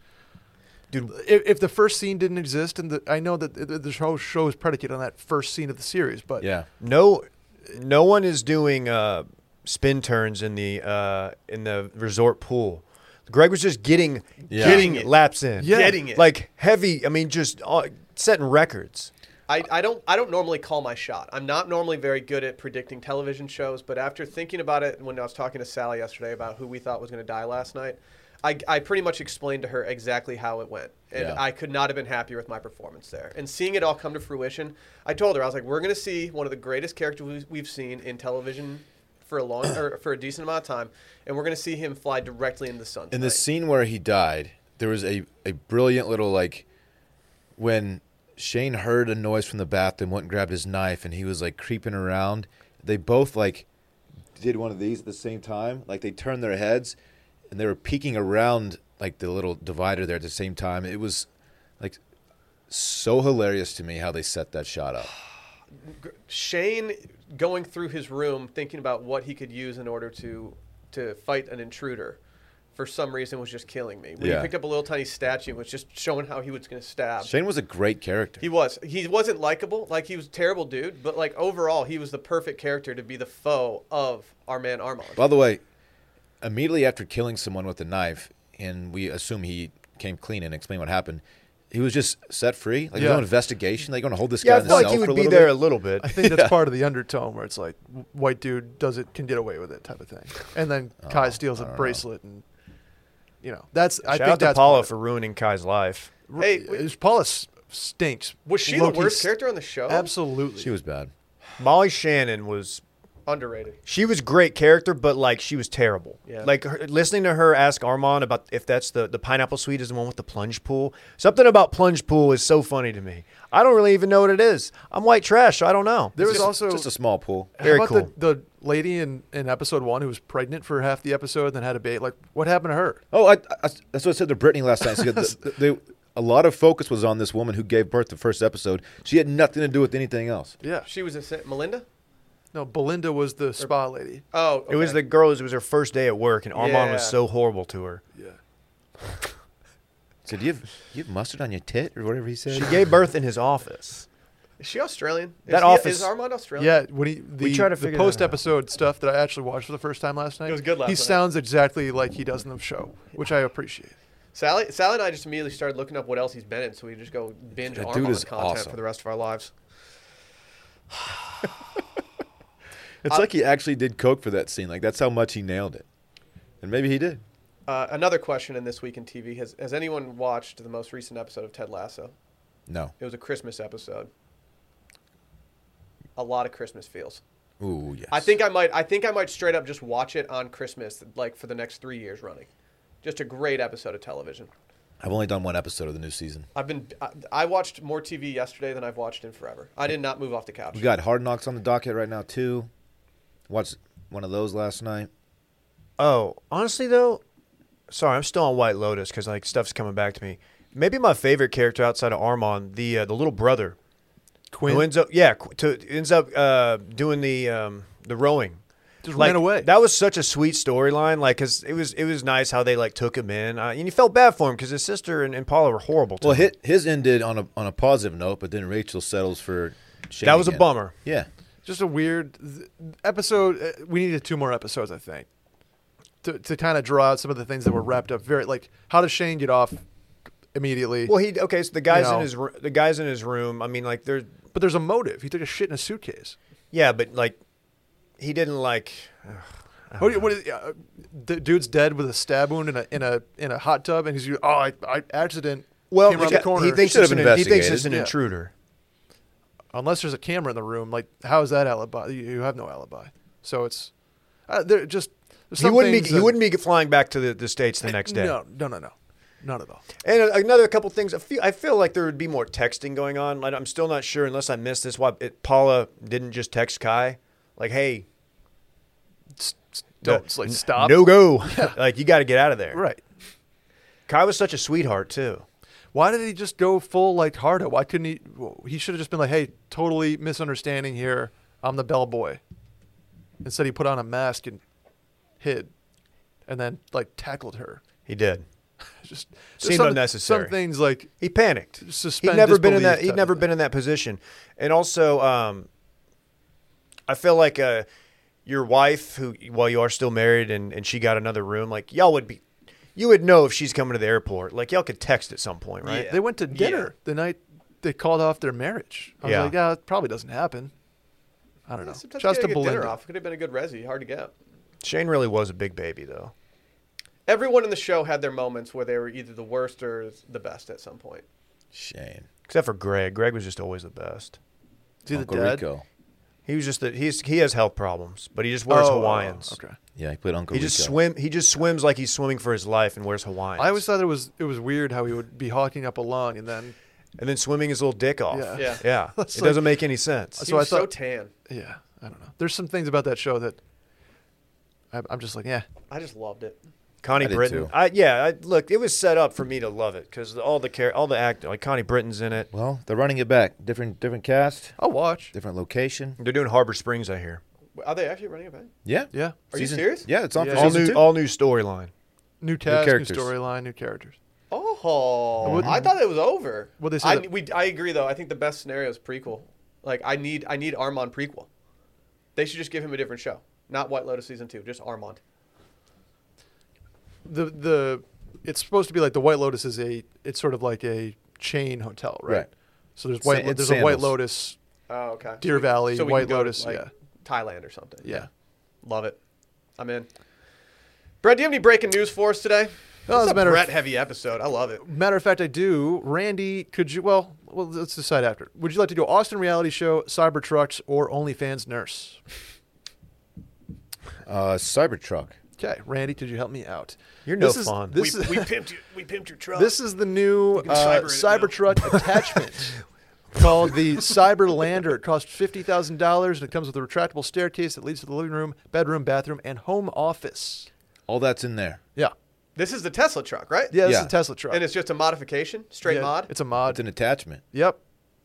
dude. If, if the first scene didn't exist, and the, I know that the, the whole show is predicated on that first scene of the series, but yeah no? No one is doing uh, spin turns in the uh, in the resort pool. Greg was just getting Yeah. getting Getting it. laps in, Yeah. Getting it. like heavy. I mean, just uh, setting records. I, I don't I don't normally call my shot. I'm not normally very good at predicting television shows, but after thinking about it when I was talking to Sally yesterday about who we thought was going to die last night, I, I pretty much explained to her exactly how it went. And Yeah. I could not have been happier with my performance there. And seeing it all come to fruition, I told her I was like, "We're going to see one of the greatest characters we've- we've seen in television for a long or for a decent amount of time, and we're going to see him fly directly into the sun." in the tonight." scene where he died there was a, a brilliant little like when shane heard a noise from the bathroom went and grabbed his knife and he was like creeping around they both like did one of these at the same time like they turned their heads and they were peeking around like the little divider there at the same time it was like so hilarious to me how they set that shot up Shane going through his room thinking about what he could use in order to to fight an intruder for some reason was just killing me. When Yeah. he picked up a little tiny statue and was just showing how he was going to stab. shane was a great character He was. He wasn't likable. Like he was a terrible dude, but like overall he was the perfect character to be the foe of our man Armand. By the way, immediately after killing someone with a knife, and we assume he came clean and explained what happened, he was just set free. Like there's Yeah. no investigation. They're going to hold this Yeah, guy I in feel the like cell he for a would be little there a bit. little bit. I think that's part of the undertone where it's like w- white dude does it can get away with it type of thing, and then Oh, Kai steals a bracelet and you know that's Shout I think out to that's Paula part of for ruining Kai's life. it. Hey, R- is Paula s- stinks. Was she Loki's- the worst character on the show? Absolutely, She was bad. Molly Shannon was Underrated. She was great character, but like she was terrible. Yeah. Like her, listening to her ask Armand about if that's the the pineapple suite is the one with the plunge pool. Something about plunge pool is so funny to me. I don't really even know what it is. I'm white trash. So I don't know. There was Just- also just a small pool. how very about cool. the, the lady in, in episode one who was pregnant for half the episode and then had a baby. Like, what happened to her? Oh, I, I, that's what I said to Brittany last night. She said the, the, a lot of focus was on this woman who gave birth the first episode. She had nothing to do with anything else. Yeah. She was a sa- Melinda. No, Belinda was the spa lady. Oh, It was okay. the girl. It was her first day at work, and Armand was Yeah. so horrible to her. Yeah. So do you have you have mustard on your tit or whatever he said? She gave birth in his office. Is she Australian? Is That he- office- is Armand Australian. Yeah, when he the, try to the figure that out. post episode stuff that I actually watched for the first time last night. It was good last He night. sounds exactly like he does in the show, which I appreciate. Sally, Sally and I just immediately started looking up what else he's been in, so we just go binge That dude Armand is content awesome. for the rest of our lives. It's like he actually did coke for that scene. Like that's how much he nailed it. And maybe he did. Uh, another question in this week in TV: Has has anyone watched the most recent episode of Ted Lasso? No. It was a Christmas episode. A lot of Christmas feels. Ooh yes. I think I might. I think I might straight up just watch it on Christmas, like for the next three years running. Just a great episode of television. I've only done one episode of the new season. I've been. I, I watched more TV yesterday than I've watched in forever. I did not move off the couch. We got Hard Knocks on the docket right now too. Watched one of those last night. Oh, honestly though, sorry, I'm still on White Lotus because like stuff's coming back to me. Maybe my favorite character outside of Armand, the uh, the little brother, Quinn who ends up yeah qu- to, ends up uh, doing the um, the rowing. just Like, ran away. That was such a sweet storyline. Like, 'cause it was it was nice how they like took him in, uh, and you felt bad for him because his sister and, and Paula were horrible. To Well, him. his, his ended on a on a positive note, but then Rachel settles for. Shane That was a again. bummer. Yeah. just a weird th- episode. uh, We needed two more episodes, I think, to, to kind of draw out some of the things that were wrapped up. Very like, how does Shane get off immediately? Well, he okay. So the guys know. in his ru- the guys in his room. I mean, like they're but there's a motive. He took a shit in a suitcase. yeah, but like he didn't like. What, do you- what is, uh, the dude's dead with a stab wound in a in a in a hot tub, and he's oh, I, I accident. Well, came around he, the corner. he thinks Should it's have an, he thinks investigated. it's an Yeah. intruder. unless there's a camera in the room. Like, how is that alibi? You you have no alibi. So it's uh, there just. there's He some wouldn't be things he that- Eh, wouldn't be flying back to the, the states the next day. No, no, no, no, not at all. And a- another couple things. I feel, I feel like there would be more texting going on. Like, I'm still not sure, unless I missed this, why it, Paula didn't just text Kai, like, "Hey, S- s- Don't no- s- like stop. no go, like you got to get out of there." right. Kai was such a sweetheart too. Why did he just go full like hardo? Why couldn't he? He should have just been like, "Hey, totally misunderstanding here. I'm the bellboy." Instead, he put on a mask and hid, and then like tackled her. He did. Just there's Seemed some, unnecessary. Some things like He panicked. Suspend he'd never been in disbelief that. type He'd of never thing. been in that position. And also, um, I feel like uh, your wife, who while you are still married, and and she got another room. Like y'all would be, you would know if she's coming to the airport. Like y'all could text at some point, right? they went to dinner the night they called off their marriage. I was Yeah. like, "Yeah, it probably doesn't happen." I don't know. Sometimes Shouts you to gotta get dinner Belinda. off. Could have been a good resi. Hard to get. Shane really was a big baby, though. Everyone in the show had their moments where they were either the worst or the best at some point. Shane. Except for Greg. Greg was just always the best. See the Uncle dad? Rico. He was just the he's he has health problems, but he just wears Oh, oh, Hawaiians. Okay. Yeah, he played Uncle He Rico. just swim. He just swims like he's swimming for his life and wears Hawaiians. I always thought it was it was weird how he would be hawking up a lung and then and then swimming his little dick off. Yeah. Yeah. it It's like- doesn't make any sense. He So I was so thought- tan. yeah, I don't know. There's some things about that show that I, I'm just like, yeah, I just loved it. Connie I did Britton. too. I, yeah, I, look, it was set up for me to love it because all the char- all the act like Connie Britton's in it. Well, they're running it back. Different different cast, I'll watch. different location. They're doing Harbor Springs, I hear. Are they actually running it back? Yeah. Yeah, Are you Season- serious? Yeah, it's on Yeah. for All season new, two. all new storyline. new task, new, characters. storyline, new characters. Oh, wouldn't- I thought it was over. Well, they I, said that- we, I agree though. I think the best scenario is prequel. Like I need I need Armand prequel. They should just give him a different show, not White Lotus season two, just Armand. The the it's supposed to be like the White Lotus is a it's sort of like a chain hotel, right? Right. So there's Sa- white it's there's a White sandals. Lotus. Oh, okay. Deer So we- Valley, so we White can go to, Lotus, like, yeah. Thailand or something. Yeah. love it. I'm in. Brett, do you have any breaking news for us today? No, it's as a a matter of- Brett heavy episode. I love it. Matter of fact, I do. Randy, could you? Well, well, let's decide after. Would you like to do Austin reality show, Cyber Trucks, or OnlyFans nurse? Uh, Cybertruck. Okay, Randy, could you help me out? You're no This is- fun. This, we, is- we pimped you. We pimped your truck. this is the new can uh, cyber it now. Cybertruck attachment called the Cyberlander. It costs fifty thousand dollars, and it comes with a retractable staircase that leads to the living room, bedroom, bathroom, and home office. All that's in there. Yeah, This is the Tesla truck, right? yeah, this is Yeah. a Tesla truck. And it's just a modification, straight Yeah, mod. It's a mod. It's an attachment. yep.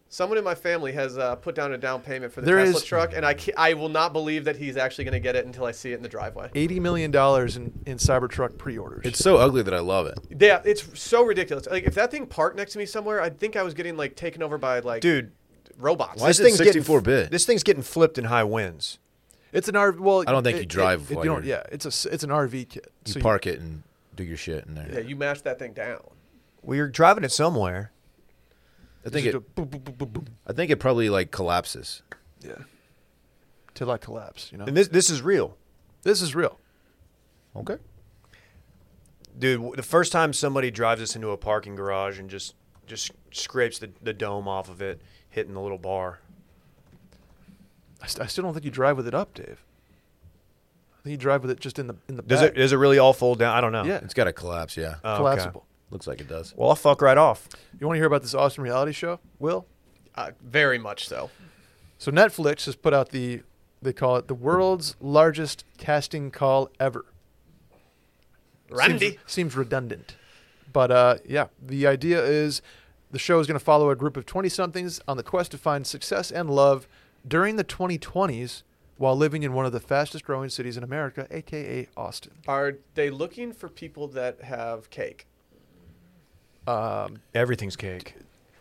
Someone in my family has uh, put down a down payment for the There Tesla is- truck, and I, ca- I will not believe that he's actually going to get it until I see it in the driveway. Eighty million dollars in, in Cybertruck pre-orders. It's so ugly that I love it. Yeah, it's so ridiculous. Like if that thing parked next to me somewhere, I think I was getting like taken over by like Dude, robots. Why is it 64 getting, bit? This thing's getting flipped in high winds. It's an RV. Well, I don't think you drive It, while you don't, you're- yeah, it's a s- it's an RV kit. You So park it and do your shit in there. Yeah, you mash that thing down. Well, you're driving it somewhere. I think just it. do boom, boom, boom, boom, boom. I think it probably like collapses. Yeah. Till I collapse, you know. And this this is real. this is real. Okay. Dude, w- the first time somebody drives this into a parking garage and just just scrapes the, the dome off of it, hitting the little bar. I, st- I still don't think you drive with it up, Dave. I think you drive with it just in the in the Does back. it does it really all fold down? I don't know. Yeah. It's got to collapse. Yeah. okay. collapsible? Looks like it does. Well, I'll fuck right off. You want to hear about this Austin reality show, Will? Uh, very much so. So Netflix has put out the they call it the world's largest casting call ever. Randy. Seems, seems redundant. But uh, yeah, the idea is the show is going to follow a group of 20 somethings on the quest to find success and love during the 2020s while living in one of the fastest growing cities in America, aka Austin. Are they looking for people that have cake? Um, Everything's cake.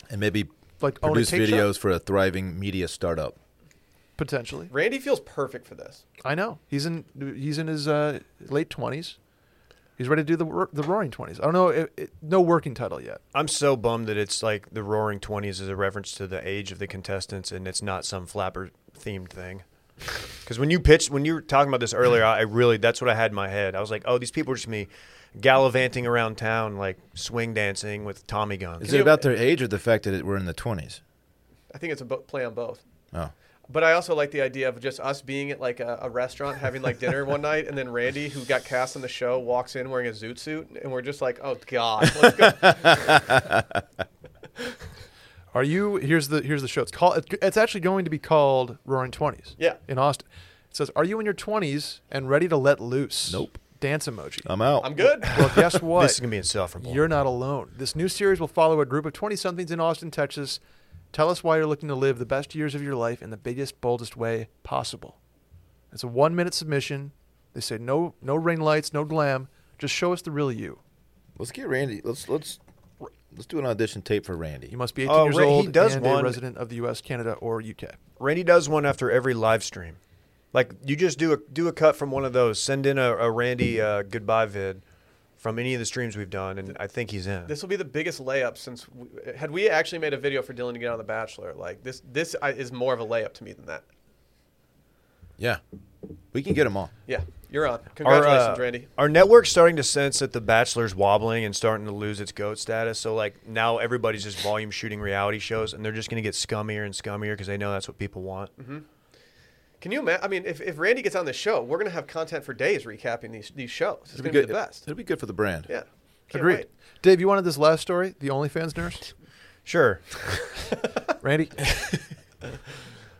And maybe like own a produce cake videos shop, for a thriving media startup. potentially. Randy feels perfect for this. I know he's in he's in his uh, late 20s. He's ready to do the ro- the Roaring Twenties. I don't know, it, it, no working title yet. I'm so bummed that it's like the Roaring Twenties is a reference to the age of the contestants, and it's not some flapper themed thing. Because when you pitched, when you were talking about this earlier, I I really that's what I had in my head. I was like, oh, these people are just me gallivanting around town like swing dancing with Tommy guns. Is Can it you- about their age or the fact that it, we're in the 20s? I think it's a bo- play on both. Oh. But I also like the idea of just us being at like a, a restaurant having like dinner one night, and then Randy, who got cast on the show, walks in wearing a zoot suit, and we're just like, oh god, let's go. Are you here's the here's the show. It's called it's actually going to be called Roaring Twenties. Yeah. In Austin. It says, Are you in your twenties and ready to let loose? Nope. Dance emoji. I'm out. I'm good. well, guess what? This is gonna be insufferable. You're not alone. This new series will follow a group of 20 somethings in Austin, Texas. Tell us why you're looking to live the best years of your life in the biggest, boldest way possible. It's a one minute submission. They say no, no ring lights, no glam. Just show us the real you. Let's get Randy. Let's let's let's do an audition tape for You Randy. must be 18 Oh, years right, he old does and one- a resident of the U.S., Canada, or UK. Randy does one after every live stream. Like you just do a do a cut from one of those. Send in a, a Randy uh, goodbye vid from any of the streams we've done, and I think he's in. This will be the biggest layup since we, had we actually made a video for Dylan to get on The Bachelor. Like this, this I- is more of a layup to me than that. Yeah. We can get them all. Yeah, you're on. Congratulations, our, uh, Randy. Our network's starting to sense that The Bachelor's wobbling and starting to lose its goat status. So like now everybody's just volume shooting reality shows, and they're just going to get scummier and scummier because they know that's what people want. Mm-hmm. Can you imagine? I mean, if, if Randy gets on the show, we're gonna have content for days recapping these these shows. It's It'll gonna be the best. It'll be good for the brand. Yeah. Can't Agreed. wait. Dave, you wanted this last story, the OnlyFans nurse? Sure. Randy?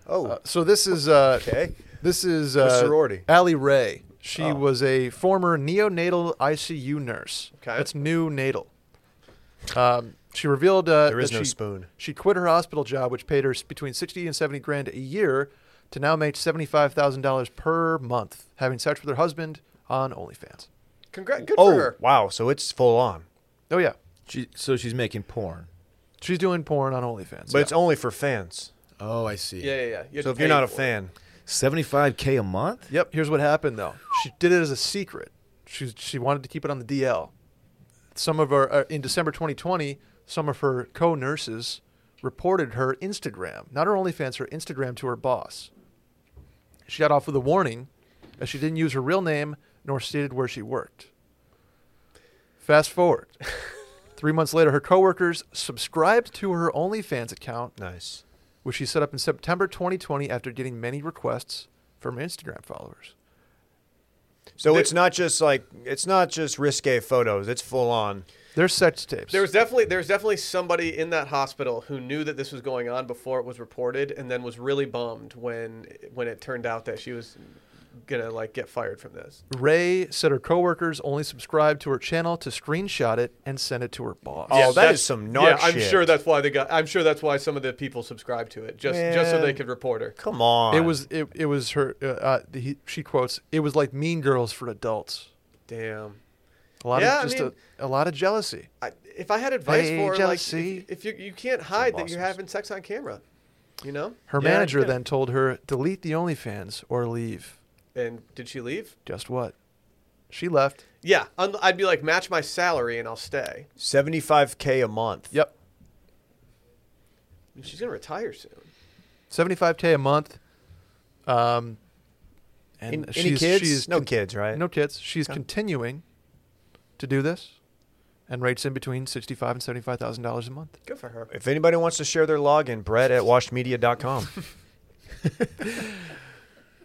Oh, Uh, so this is uh, Okay. This is What uh, sorority? Allie Ray. She Oh. was a former neonatal ICU nurse. Okay. that's new natal. Um, she revealed uh, There is that no she, spoon. She quit her hospital job, which paid her s- between sixty and seventy grand a year, to now make seventy-five thousand dollars per month, having sex with her husband on OnlyFans. Congrats. Good for oh, her. wow. So it's full on, Oh yeah, She, so she's making porn. she's doing porn on OnlyFans. but it's only for fans. Oh, I see. Yeah, yeah, yeah. You had So to if pay you're not a for it. fan, 75k a month? Yep. Here's what happened though. She did it as a secret. She she wanted to keep it on the DL. Some of her uh, in December 2020, some of her co-nurses reported her Instagram, not her OnlyFans, her Instagram to her boss. She got off with a warning, as she didn't use her real name nor stated where she worked. Fast forward, three months later, her coworkers subscribed to her OnlyFans account nice. which she set up in September 2020 after getting many requests from Instagram followers. So it's not just like it's not just risque photos. It's full on. They're sex tapes. There was definitely there was definitely somebody in that hospital who knew that this was going on before it was reported, and then was really bummed when when it turned out that she was gonna like get fired from this. Ray said her coworkers only subscribed to her channel to screenshot it and send it to her boss. Oh, that that's- is some Yeah, narc I'm shit. sure that's why they got. I'm sure that's why some of the people subscribed to it just just so Man. they could report her. Come on. It was it, it was her. Uh, uh, the, he, she quotes, "It was like Mean Girls for adults." Damn. A lot Yeah, I of just mean- a, a lot of jealousy. I, if I had advice Hey, for her, like if, jealousy. if you you can't hide that you're bosses. having sex on camera, you know. Her Yeah, manager yeah. then told her, "Delete the OnlyFans or leave." And did she leave? Just what? She left. Yeah, un- I'd be like, match my salary and I'll stay. seventy five k a month. Yep, She's gonna retire soon. seventy-five k a month. Um, and An- she's, any kids? She's no kids, right? No kids. She's Okay. continuing to do this, and rates in between sixty-five and seventy-five thousand dollars a month. Good for her. If anybody wants to share their login, Brett at washedmedia.com.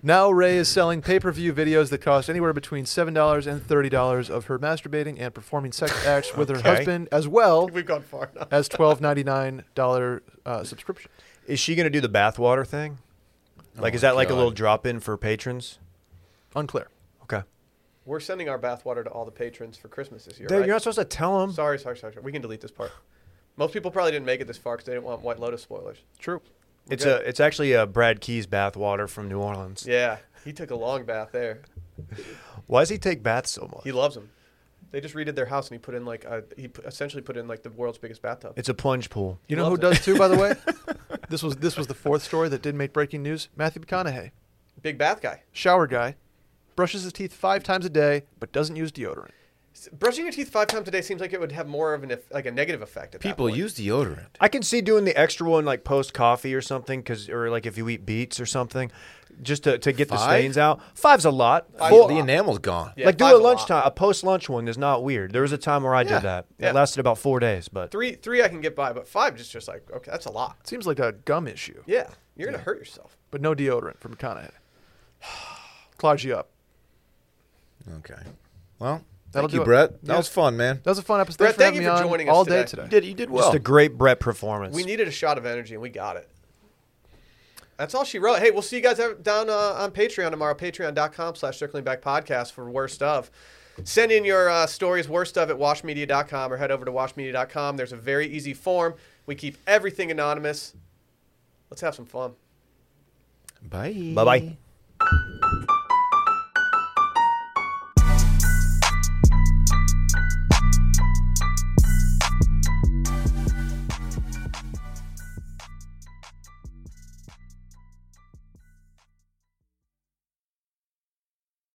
Now Ray is selling pay-per-view videos that cost anywhere between seven dollars and thirty dollars of her masturbating and performing sex acts with her Okay. husband, as well We've gone far enough. as twelve ninety-nine dollar uh, subscription. is she going to do the bathwater thing? Like, Oh is my that like a God. little drop in for patrons? Unclear. Okay. We're sending our bathwater to all the patrons for Christmas this year. Dude, right? You're not supposed to tell them. Sorry, sorry, sorry. sorry. We can delete this part. Most people probably didn't make it this far because they didn't want White Lotus spoilers. True. It's good. a. It's actually a Brad Keys bathwater from New Orleans. Yeah, he took a long bath there. Why does he take baths so much? He loves them. They just redid their house and he put in like a, he put, essentially put in like the world's biggest bathtub. it's a plunge pool. You know who Loves does too, by the way? this was this was the fourth story that did make breaking news. Matthew McConaughey, Big bath guy. shower guy, brushes his teeth five times a day, but doesn't use deodorant. S- Brushing your teeth five times a day seems like it would have more of an eff- like a negative effect. At that People point. use deodorant. I can see doing the extra one like post coffee or something, cause or like if you eat beets or something, just to, to get the Five? stains out. Five's a lot. Five's Four- a the lot. enamel's gone. Yeah, like do five's a a lot. lunchtime, a post lunch one is not weird. There was a time where I Yeah, did that. yeah. It lasted about four days, but three. Three I can get by, but five just just like okay, that's a lot. Seems like a gum issue, Yeah, you're gonna hurt yourself. but no deodorant for McConaughey. Clogs you up. Okay. Well, That'll thank you, do it. Brett. That Yeah. was fun, man. That was a fun episode. Brett, Thanks for thank having you me for on joining us all today. day today. did. You did well. just a great Brett performance. We needed a shot of energy, and we got it. That's all she wrote. Hey, we'll see you guys out- down uh, on Patreon tomorrow. Patreon.com slash circling back podcast for worst of. Send in your uh, stories, worst of at washmedia.com or head over to washmedia.com. There's a very easy form. We keep everything anonymous. Let's have some fun. Bye. Bye bye.